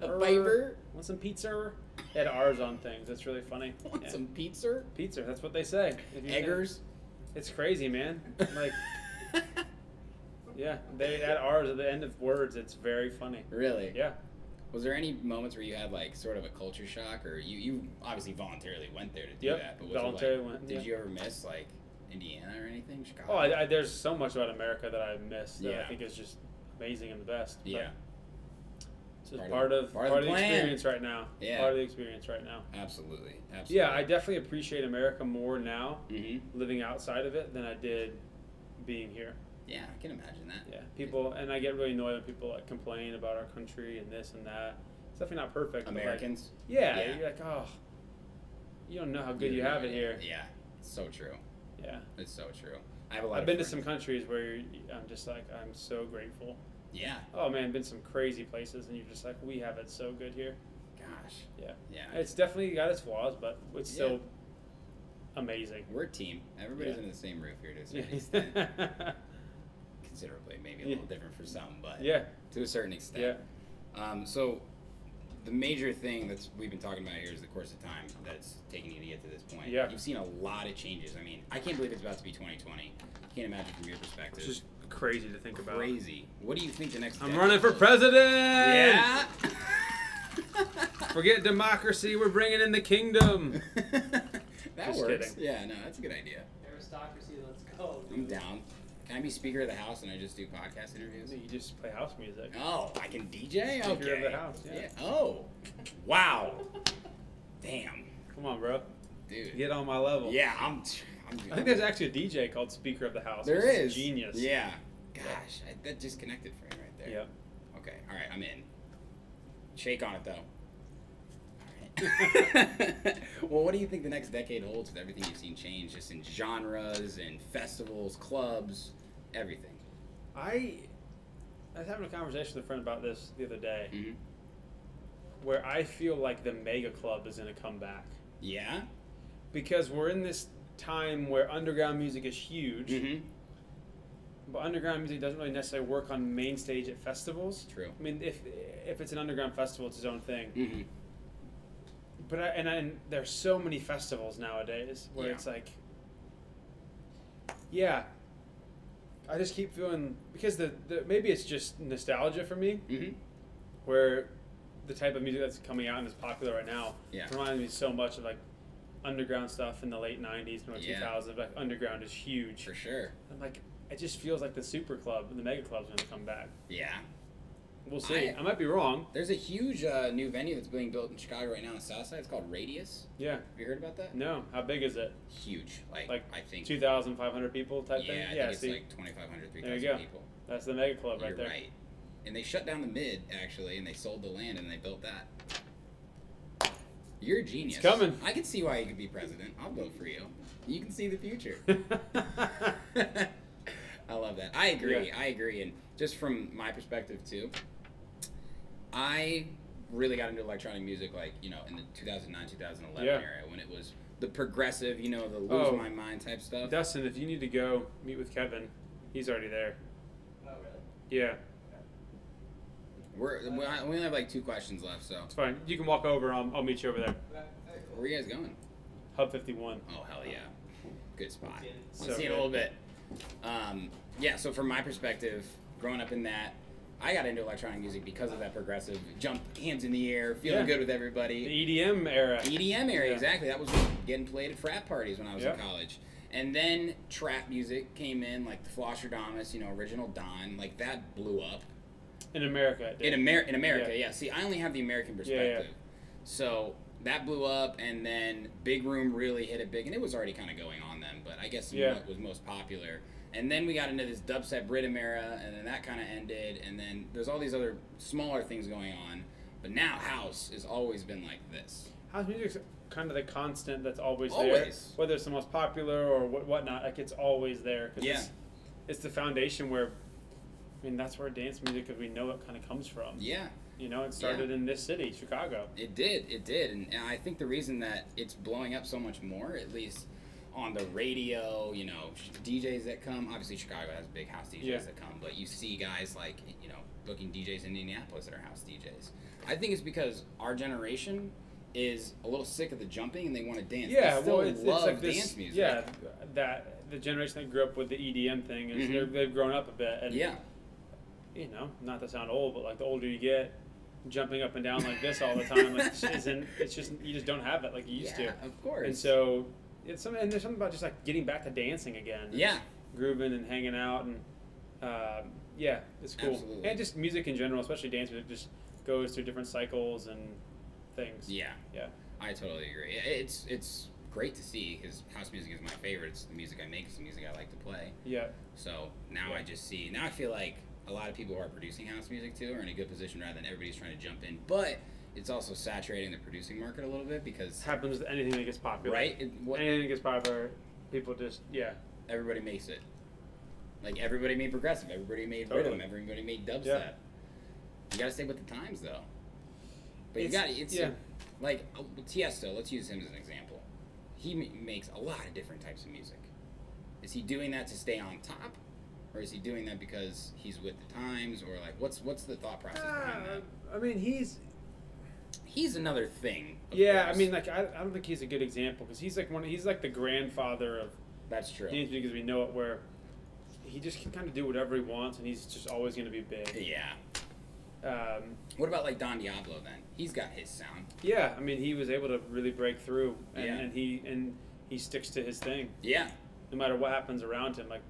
Speaker 2: a
Speaker 3: Er,
Speaker 2: fiver.
Speaker 3: Want some pizza? They had R's on things. That's really funny.
Speaker 2: Want
Speaker 3: Yeah.
Speaker 2: some pizza?
Speaker 3: pizza. That's what they say. If you think-
Speaker 2: Eggers.
Speaker 3: It's crazy, man. Like, yeah, they add R's at the end of words. It's very funny.
Speaker 2: really?
Speaker 3: Yeah.
Speaker 2: Was there any moments where you had like sort of a culture shock, or you you obviously voluntarily went there to do
Speaker 3: Yep,
Speaker 2: that? But was it,
Speaker 3: voluntarily
Speaker 2: like,
Speaker 3: went,
Speaker 2: Did
Speaker 3: yeah.
Speaker 2: you ever miss like Indiana or anything? Chicago.
Speaker 3: Oh, I, I, there's so much about America that I miss that
Speaker 2: Yeah.
Speaker 3: I think is just amazing and the best. But
Speaker 2: yeah,
Speaker 3: It's just
Speaker 2: Part
Speaker 3: part
Speaker 2: of-
Speaker 3: of
Speaker 2: part
Speaker 3: part,
Speaker 2: of
Speaker 3: of
Speaker 2: the
Speaker 3: the
Speaker 2: plan.
Speaker 3: experience right now.
Speaker 2: Yeah.
Speaker 3: Part of the experience right now.
Speaker 2: absolutely, absolutely.
Speaker 3: Yeah, I definitely appreciate America more now
Speaker 2: hmm
Speaker 3: living outside of it than I did being here.
Speaker 2: Yeah, I can imagine that.
Speaker 3: Yeah. People and I get really annoyed when people like complain about our country and this and that. It's definitely not perfect. but, like,
Speaker 2: Americans.
Speaker 3: yeah,
Speaker 2: Yeah.
Speaker 3: You're like, oh, you don't know how good you
Speaker 2: Yeah,
Speaker 3: have it here.
Speaker 2: Yeah, it's so true.
Speaker 3: Yeah.
Speaker 2: It's so true. I have a lot.
Speaker 3: I've
Speaker 2: of
Speaker 3: been to some
Speaker 2: friends-
Speaker 3: countries where you- I'm just like, I'm so grateful.
Speaker 2: Yeah.
Speaker 3: Oh man, been some crazy places, and you're just like, we have it so good here.
Speaker 2: Gosh.
Speaker 3: Yeah.
Speaker 2: Yeah.
Speaker 3: It's definitely got its flaws, but it's
Speaker 2: Yeah.
Speaker 3: still amazing.
Speaker 2: We're a team. Everybody's
Speaker 3: Yeah.
Speaker 2: under the same roof here to a certain extent.
Speaker 3: yeah.
Speaker 2: Considerably, maybe a
Speaker 3: Yeah.
Speaker 2: little different for some, but
Speaker 3: Yeah.
Speaker 2: to a certain extent. Um, so the major thing that's we've been talking about here is the course of time that's taking you to get to this point.
Speaker 3: Yeah.
Speaker 2: You've seen a lot of changes. I mean, I can't believe it's about to be 2020. I can't imagine from your perspective.
Speaker 3: It's just crazy to think about.
Speaker 2: crazy. What do you think the next?
Speaker 3: I'm
Speaker 2: decade
Speaker 3: running for
Speaker 2: will-
Speaker 3: president.
Speaker 2: Yeah.
Speaker 3: Forget democracy. We're bringing in the kingdom.
Speaker 2: that
Speaker 3: Just
Speaker 2: works.
Speaker 3: kidding.
Speaker 2: Yeah, no, that's a good idea.
Speaker 4: Aristocracy, let's go.
Speaker 2: I'm down. Can I be speaker of the house and I just do podcast interviews?
Speaker 3: you just play house music.
Speaker 2: Oh, I can DJ.
Speaker 3: Speaker of
Speaker 2: Okay.
Speaker 3: the house, yeah.
Speaker 2: Oh, wow. Damn,
Speaker 3: Come on, bro.
Speaker 2: dude.
Speaker 3: Get on my level.
Speaker 2: Yeah, I'm. I'm
Speaker 3: I think there's actually a DJ called Speaker of the House.
Speaker 2: There
Speaker 3: which is
Speaker 2: is
Speaker 3: genius.
Speaker 2: Yeah. Gosh, I, that disconnected for me right there.
Speaker 3: Yep.
Speaker 2: Okay. All right. I'm in. Shake on it though. All right. well, what do you think the next decade holds with everything you've seen change, just in genres and festivals, clubs, everything?
Speaker 3: I I was having a conversation with a friend about this the other day,
Speaker 2: hmm
Speaker 3: where I feel like the mega club is going to come back
Speaker 2: Yeah.
Speaker 3: because we're in this time where underground music is huge,
Speaker 2: hmm
Speaker 3: Mm-hmm. but underground music doesn't really necessarily work on main stage at festivals.
Speaker 2: True.
Speaker 3: I mean, if if it's an underground festival, it's its own thing.
Speaker 2: hmm
Speaker 3: but I, and, I, and there's so many festivals nowadays where
Speaker 2: Yeah.
Speaker 3: it's like, yeah, I just keep feeling because the, the maybe it's just nostalgia for me
Speaker 2: hmm
Speaker 3: where the type of music that's coming out and is popular right now
Speaker 2: Yeah.
Speaker 3: reminds me so much of like underground stuff in the late 90s and early
Speaker 2: Yeah.
Speaker 3: 2000s like underground is huge
Speaker 2: For sure.
Speaker 3: i'm like it just feels like the super club and the mega club's gonna come back
Speaker 2: Yeah.
Speaker 3: we'll see
Speaker 2: I-
Speaker 3: i, might be wrong
Speaker 2: There's a huge uh, new venue that's being built in Chicago right now on the south side. It's called Radius.
Speaker 3: yeah
Speaker 2: Have you heard about that?
Speaker 3: no how big is it
Speaker 2: Huge. Like,
Speaker 3: like
Speaker 2: I think.
Speaker 3: 2500 people
Speaker 2: yeah,
Speaker 3: type thing
Speaker 2: I
Speaker 3: yeah
Speaker 2: think it's
Speaker 3: see
Speaker 2: like 2,500,
Speaker 3: There you
Speaker 2: 3,000
Speaker 3: go.
Speaker 2: people.
Speaker 3: that's the mega club right
Speaker 2: You're
Speaker 3: there
Speaker 2: right. And they shut down the mid actually, and they sold the land and they built that. You're a genius.
Speaker 3: coming.
Speaker 2: I can see why you could be president. I'll vote for you. You can see the future. I love that. I agree.
Speaker 3: Yeah.
Speaker 2: I agree. And just from my perspective too, I really got into electronic music like you know in the 2009 2011
Speaker 3: Yeah.
Speaker 2: era when it was the progressive, you know, the lose
Speaker 3: Oh.
Speaker 2: my mind type stuff.
Speaker 3: dustin if you need to go meet with kevin he's already there
Speaker 4: Oh, really?
Speaker 3: yeah
Speaker 2: We're, we we only have like two questions left, so
Speaker 3: it's fine you can walk over I'll, I'll meet you over there
Speaker 4: Okay, very cool.
Speaker 2: where are you guys going?
Speaker 3: hub 51
Speaker 2: Oh hell yeah, good spot.
Speaker 4: Yeah.
Speaker 2: We'll
Speaker 3: So
Speaker 2: see in a
Speaker 3: good.
Speaker 2: little bit. Um, yeah, so from my perspective, growing up in that, I got into electronic music because of that progressive jump, hands in the air, feeling
Speaker 3: Yeah.
Speaker 2: good with everybody. E
Speaker 3: the edm era
Speaker 2: EDM area,
Speaker 3: Yeah.
Speaker 2: exactly. That was what- getting played at frat parties when I was in
Speaker 3: Yeah.
Speaker 2: college. And then trap music came in, like the Flosherdamus, you know, original Don, like that blew up
Speaker 3: in america it did.
Speaker 2: in America. In America,
Speaker 3: Yeah.
Speaker 2: yeah. See, I only have the American
Speaker 3: yeah.
Speaker 2: perspective, so that blew up, and then Big Room really hit it big, and it was already kind of going on then, but I guess
Speaker 3: Yeah.
Speaker 2: what was most popular. And then we got into this dubstep rhythm era, and then that kind of ended, and then there's all these other smaller things going on, but now house has always been like this.
Speaker 3: House music's kind of the constant that's always, there.
Speaker 2: Always.
Speaker 3: Whether it's the most popular or what whatnot, like it's always there. 'cause
Speaker 2: Yeah.
Speaker 3: It's, it's the foundation where, I mean, that's where dance music, because we know it kind of comes from.
Speaker 2: Yeah,
Speaker 3: You know, it started in this city, Chicago.
Speaker 2: It did, it did, and, and I think the reason that it's blowing up so much more, at least on the radio, you know, sh- DJs that come. Obviously, Chicago has big house DJs
Speaker 3: Yeah.
Speaker 2: that come, but you see guys like you know booking DJs in Indianapolis that are house DJs. I think it's because our generation is a little sick of the jumping and they want to dance. They
Speaker 3: Yeah,
Speaker 2: still
Speaker 3: well, it's, it's
Speaker 2: love
Speaker 3: like this.
Speaker 2: dance music.
Speaker 3: Yeah, that the generation that grew up with the EDM thing is
Speaker 2: Mhm.
Speaker 3: they're they've grown up a bit, and
Speaker 2: yeah,
Speaker 3: you know, not to sound old, but like the older you get, jumping up and down like this all the time, like, isn't it's just you just don't have it like you used
Speaker 2: yeah,
Speaker 3: to.
Speaker 2: of course.
Speaker 3: And so it's something, and there's something about just like getting back to dancing again. and
Speaker 2: yeah,
Speaker 3: grooving and hanging out, and um, yeah, it's cool.
Speaker 2: Absolutely.
Speaker 3: And just music in general, especially dance music, just goes through different cycles and things.
Speaker 2: yeah.
Speaker 3: Yeah.
Speaker 2: I totally agree. I- It's it's great to see because house music is my favorite. It's the music I make. It's the music I like to play.
Speaker 3: Yeah.
Speaker 2: So now I just see. Now I feel like a lot of people who are producing house music too are in a good position rather than everybody's trying to jump in. But it's also saturating the producing market a little bit because
Speaker 3: happens with anything that gets popular.
Speaker 2: right, it, what,
Speaker 3: Anything that gets popular, people just yeah.
Speaker 2: everybody makes it. Like everybody made progressive, everybody made
Speaker 3: Totally.
Speaker 2: rhythm, everybody made dubstep.
Speaker 3: Yeah.
Speaker 2: You gotta stay with the times though. But you
Speaker 3: It's-
Speaker 2: got it's
Speaker 3: yeah.
Speaker 2: like uh, Tiesto. Let's use him as an example. He m- makes a lot of different types of music. Is he doing that to stay on top, or is he doing that because he's with the times, or like what's what's the thought process behind that?
Speaker 3: Ah, I mean, he's
Speaker 2: He's another thing. of
Speaker 3: yeah.
Speaker 2: course.
Speaker 3: I mean, like I, I don't think he's a good example because he's like one. He's like the grandfather of
Speaker 2: that's true.
Speaker 3: dance music as we know it, where he just can kind of do whatever he wants, and he's just always going to be big.
Speaker 2: Yeah.
Speaker 3: Um,
Speaker 2: What about like Don Diablo then? He's got his sound.
Speaker 3: yeah, I mean, he was able to really break through, and,
Speaker 2: Yeah.
Speaker 3: and he and he sticks to his thing,
Speaker 2: Yeah.
Speaker 3: no matter what happens around him. Like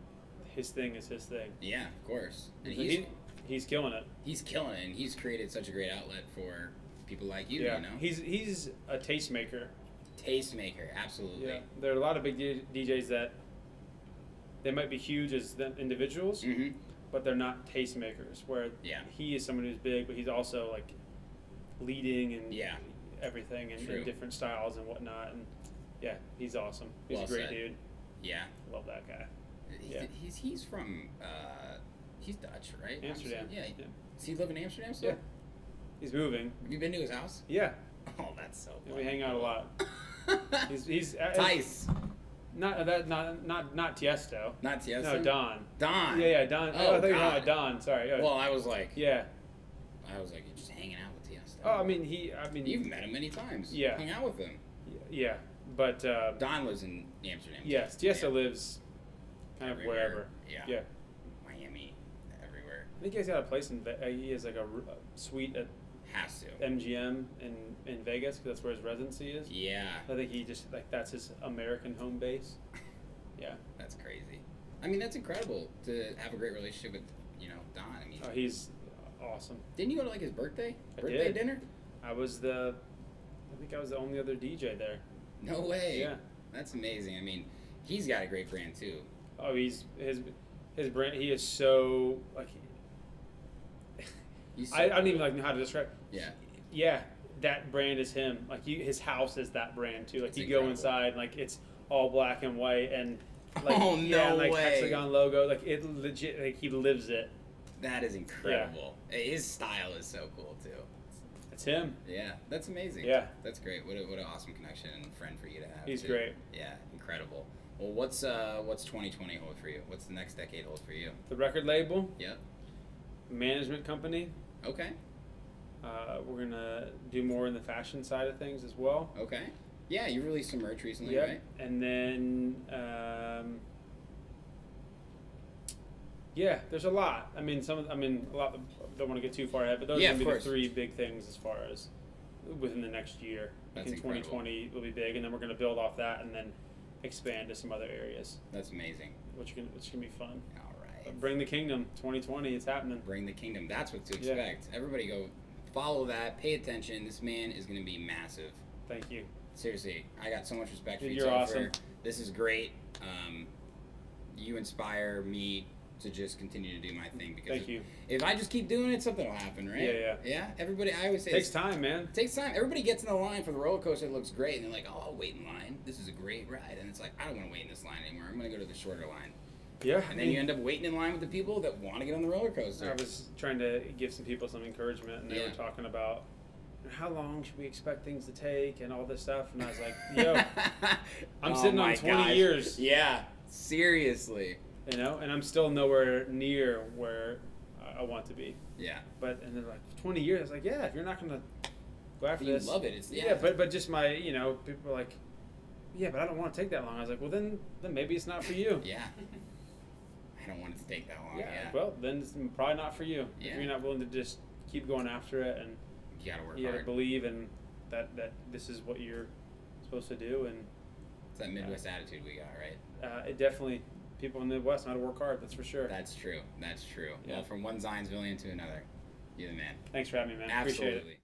Speaker 3: his thing is his thing.
Speaker 2: Yeah. Of course. And
Speaker 3: So
Speaker 2: he's
Speaker 3: he- he's killing it.
Speaker 2: he's killing it and he's created such a great outlet for people like you,
Speaker 3: yeah,
Speaker 2: you know?
Speaker 3: he's he's a tastemaker.
Speaker 2: Tastemaker, absolutely.
Speaker 3: Yeah, there are a lot of big D- DJs that they might be huge as the individuals,
Speaker 2: hmm
Speaker 3: but they're not tastemakers. Where
Speaker 2: Yeah.
Speaker 3: he is someone who's big, but he's also like leading and
Speaker 2: Yeah.
Speaker 3: everything and, and
Speaker 2: True.
Speaker 3: different styles and whatnot. And yeah, he's awesome. He's
Speaker 2: Well
Speaker 3: a great
Speaker 2: said.
Speaker 3: dude.
Speaker 2: Yeah.
Speaker 3: Love that guy.
Speaker 2: He's,
Speaker 3: Yeah.
Speaker 2: he's, he's from, uh, he's Dutch, right?
Speaker 3: Amsterdam.
Speaker 2: Yeah. Does he live in Amsterdam still?
Speaker 3: Yeah. He's moving.
Speaker 2: Have you been to his house?
Speaker 3: Yeah,
Speaker 2: Oh, that's so
Speaker 3: and we hang out a lot.
Speaker 2: lot.
Speaker 3: He's he's uh,
Speaker 2: Tice.
Speaker 3: Not uh, that not not not Tiesto.
Speaker 2: Not Tiesto?
Speaker 3: No Don.
Speaker 2: Don.
Speaker 3: Yeah, yeah,
Speaker 2: Oh,
Speaker 3: Don. I thought you were talking
Speaker 2: God.
Speaker 3: about Don. Sorry. Oh,
Speaker 2: Well, I was like,
Speaker 3: yeah.
Speaker 2: I was like just hanging out with Tiesto.
Speaker 3: Oh, I mean, he. I mean,
Speaker 2: You've met him many times.
Speaker 3: Yeah.
Speaker 2: Hung out with him.
Speaker 3: yeah, but uh,
Speaker 2: Don lives in Amsterdam.
Speaker 3: yes,
Speaker 2: Yeah.
Speaker 3: Tiesto lives kind of
Speaker 2: Everywhere.
Speaker 3: wherever.
Speaker 2: Yeah.
Speaker 3: yeah.
Speaker 2: Miami. Everywhere.
Speaker 3: I think he's got a place in. Ve- uh, He has like a, r- a suite at
Speaker 2: Has to.
Speaker 3: MGM in in Vegas because that's where his residency is.
Speaker 2: Yeah.
Speaker 3: I think he just like that's his American home base. Yeah,
Speaker 2: That's crazy. I mean, that's incredible to have a great relationship with, you know, Don. I mean,
Speaker 3: oh, he's awesome.
Speaker 2: didn't you go to like his birthday?
Speaker 3: I
Speaker 2: birthday
Speaker 3: did.
Speaker 2: dinner?
Speaker 3: I was the, I think I was the only other DJ there.
Speaker 2: No way.
Speaker 3: Yeah.
Speaker 2: That's amazing. I mean, he's got a great brand too.
Speaker 3: Oh, he's his his brand. He is so like.
Speaker 2: He's so
Speaker 3: I, I don't even like know how to describe.
Speaker 2: Yeah.
Speaker 3: Yeah, that brand is him. Like you, his house is that brand too. Like
Speaker 2: It's
Speaker 3: you
Speaker 2: incredible.
Speaker 3: go inside, like it's all black and white and. Like,
Speaker 2: Oh,
Speaker 3: yeah,
Speaker 2: no
Speaker 3: like
Speaker 2: way.
Speaker 3: hexagon logo, like it legit, like he lives it.
Speaker 2: That is incredible. His style is so cool too.
Speaker 3: It's him.
Speaker 2: Yeah, that's amazing.
Speaker 3: Yeah.
Speaker 2: that's great. What a, what an awesome connection and friend for you to have.
Speaker 3: He's
Speaker 2: too.
Speaker 3: great.
Speaker 2: Yeah, incredible. Well, what's uh what's 2020 hold for you? What's the next decade hold for you?
Speaker 3: The record label,
Speaker 2: Yep.
Speaker 3: management company.
Speaker 2: Okay.
Speaker 3: Uh, we're gonna do more in the fashion side of things as well.
Speaker 2: Okay. Yeah, you released some merch recently,
Speaker 3: Yep.
Speaker 2: Oh, right?
Speaker 3: And then, um, yeah, there's a lot. I mean, some. Of, I mean, a lot. Don't want to get too far ahead, but those
Speaker 2: Yeah,
Speaker 3: are gonna
Speaker 2: of
Speaker 3: be
Speaker 2: course.
Speaker 3: the three big things as far as within the next year.
Speaker 2: That's
Speaker 3: I think
Speaker 2: incredible.
Speaker 3: 2020 will be big, and then we're gonna build off that, and then expand to some other areas,
Speaker 2: That's amazing.
Speaker 3: which can which can be fun.
Speaker 2: All right.
Speaker 3: But Bring the kingdom, 2020. It's happening.
Speaker 2: Bring the kingdom. That's what to
Speaker 3: Yeah.
Speaker 2: expect. Everybody go follow that. Pay attention. This man is going to be massive.
Speaker 3: Thank you.
Speaker 2: Seriously, I got so much respect for
Speaker 3: Dude,
Speaker 2: you.
Speaker 3: you're
Speaker 2: Topher.
Speaker 3: awesome.
Speaker 2: This is great. Um, you inspire me to just continue to do my thing because
Speaker 3: Thank
Speaker 2: if,
Speaker 3: you.
Speaker 2: if I just keep doing it, something will happen, right?
Speaker 3: Yeah, yeah.
Speaker 2: Yeah. Everybody, I always say
Speaker 3: takes
Speaker 2: this-
Speaker 3: time, man.
Speaker 2: It takes time. Everybody gets in the line for the roller coaster. It looks great, and they're like, "Oh, I'll wait in line. This is a great ride." And it's like, I don't want to wait in this line anymore. I'm going to go to the shorter line.
Speaker 3: Yeah.
Speaker 2: And then you end up waiting in line with the people that want to get on the roller coaster.
Speaker 3: I was trying to give some people some encouragement, and they
Speaker 2: Yeah.
Speaker 3: were talking about how long should we expect things to take and all this stuff. And I was like, yo, I'm sitting on
Speaker 2: Oh my
Speaker 3: 20 years.
Speaker 2: Yeah, seriously.
Speaker 3: you know, and I'm still nowhere near where I- I want to be.
Speaker 2: Yeah,
Speaker 3: But and they're like, 20 years. I was like, yeah, if you're not gonna go after
Speaker 2: But you
Speaker 3: this,
Speaker 2: love it. It's
Speaker 3: Yeah.
Speaker 2: yeah.
Speaker 3: but but just my, you know, people are like, yeah, but I don't want to take that long. I was like, well, then then maybe it's not for you.
Speaker 2: yeah. I don't want it to take that long.
Speaker 3: Yeah,
Speaker 2: Yeah,
Speaker 3: Well, then it's probably not for you.
Speaker 2: Yeah.
Speaker 3: If you're not willing to just keep going after it and
Speaker 2: you gotta work
Speaker 3: you gotta
Speaker 2: hard.
Speaker 3: believe in that that this is what you're supposed to do and
Speaker 2: it's that Midwest attitude we got, right?
Speaker 3: uh, it definitely people in the west know how to work hard that's for sure
Speaker 2: That's true. That's true.
Speaker 3: Yeah.
Speaker 2: Well, from one Zionsvillian to another, you're the man.
Speaker 3: thanks for having me man
Speaker 2: Absolutely.
Speaker 3: appreciate it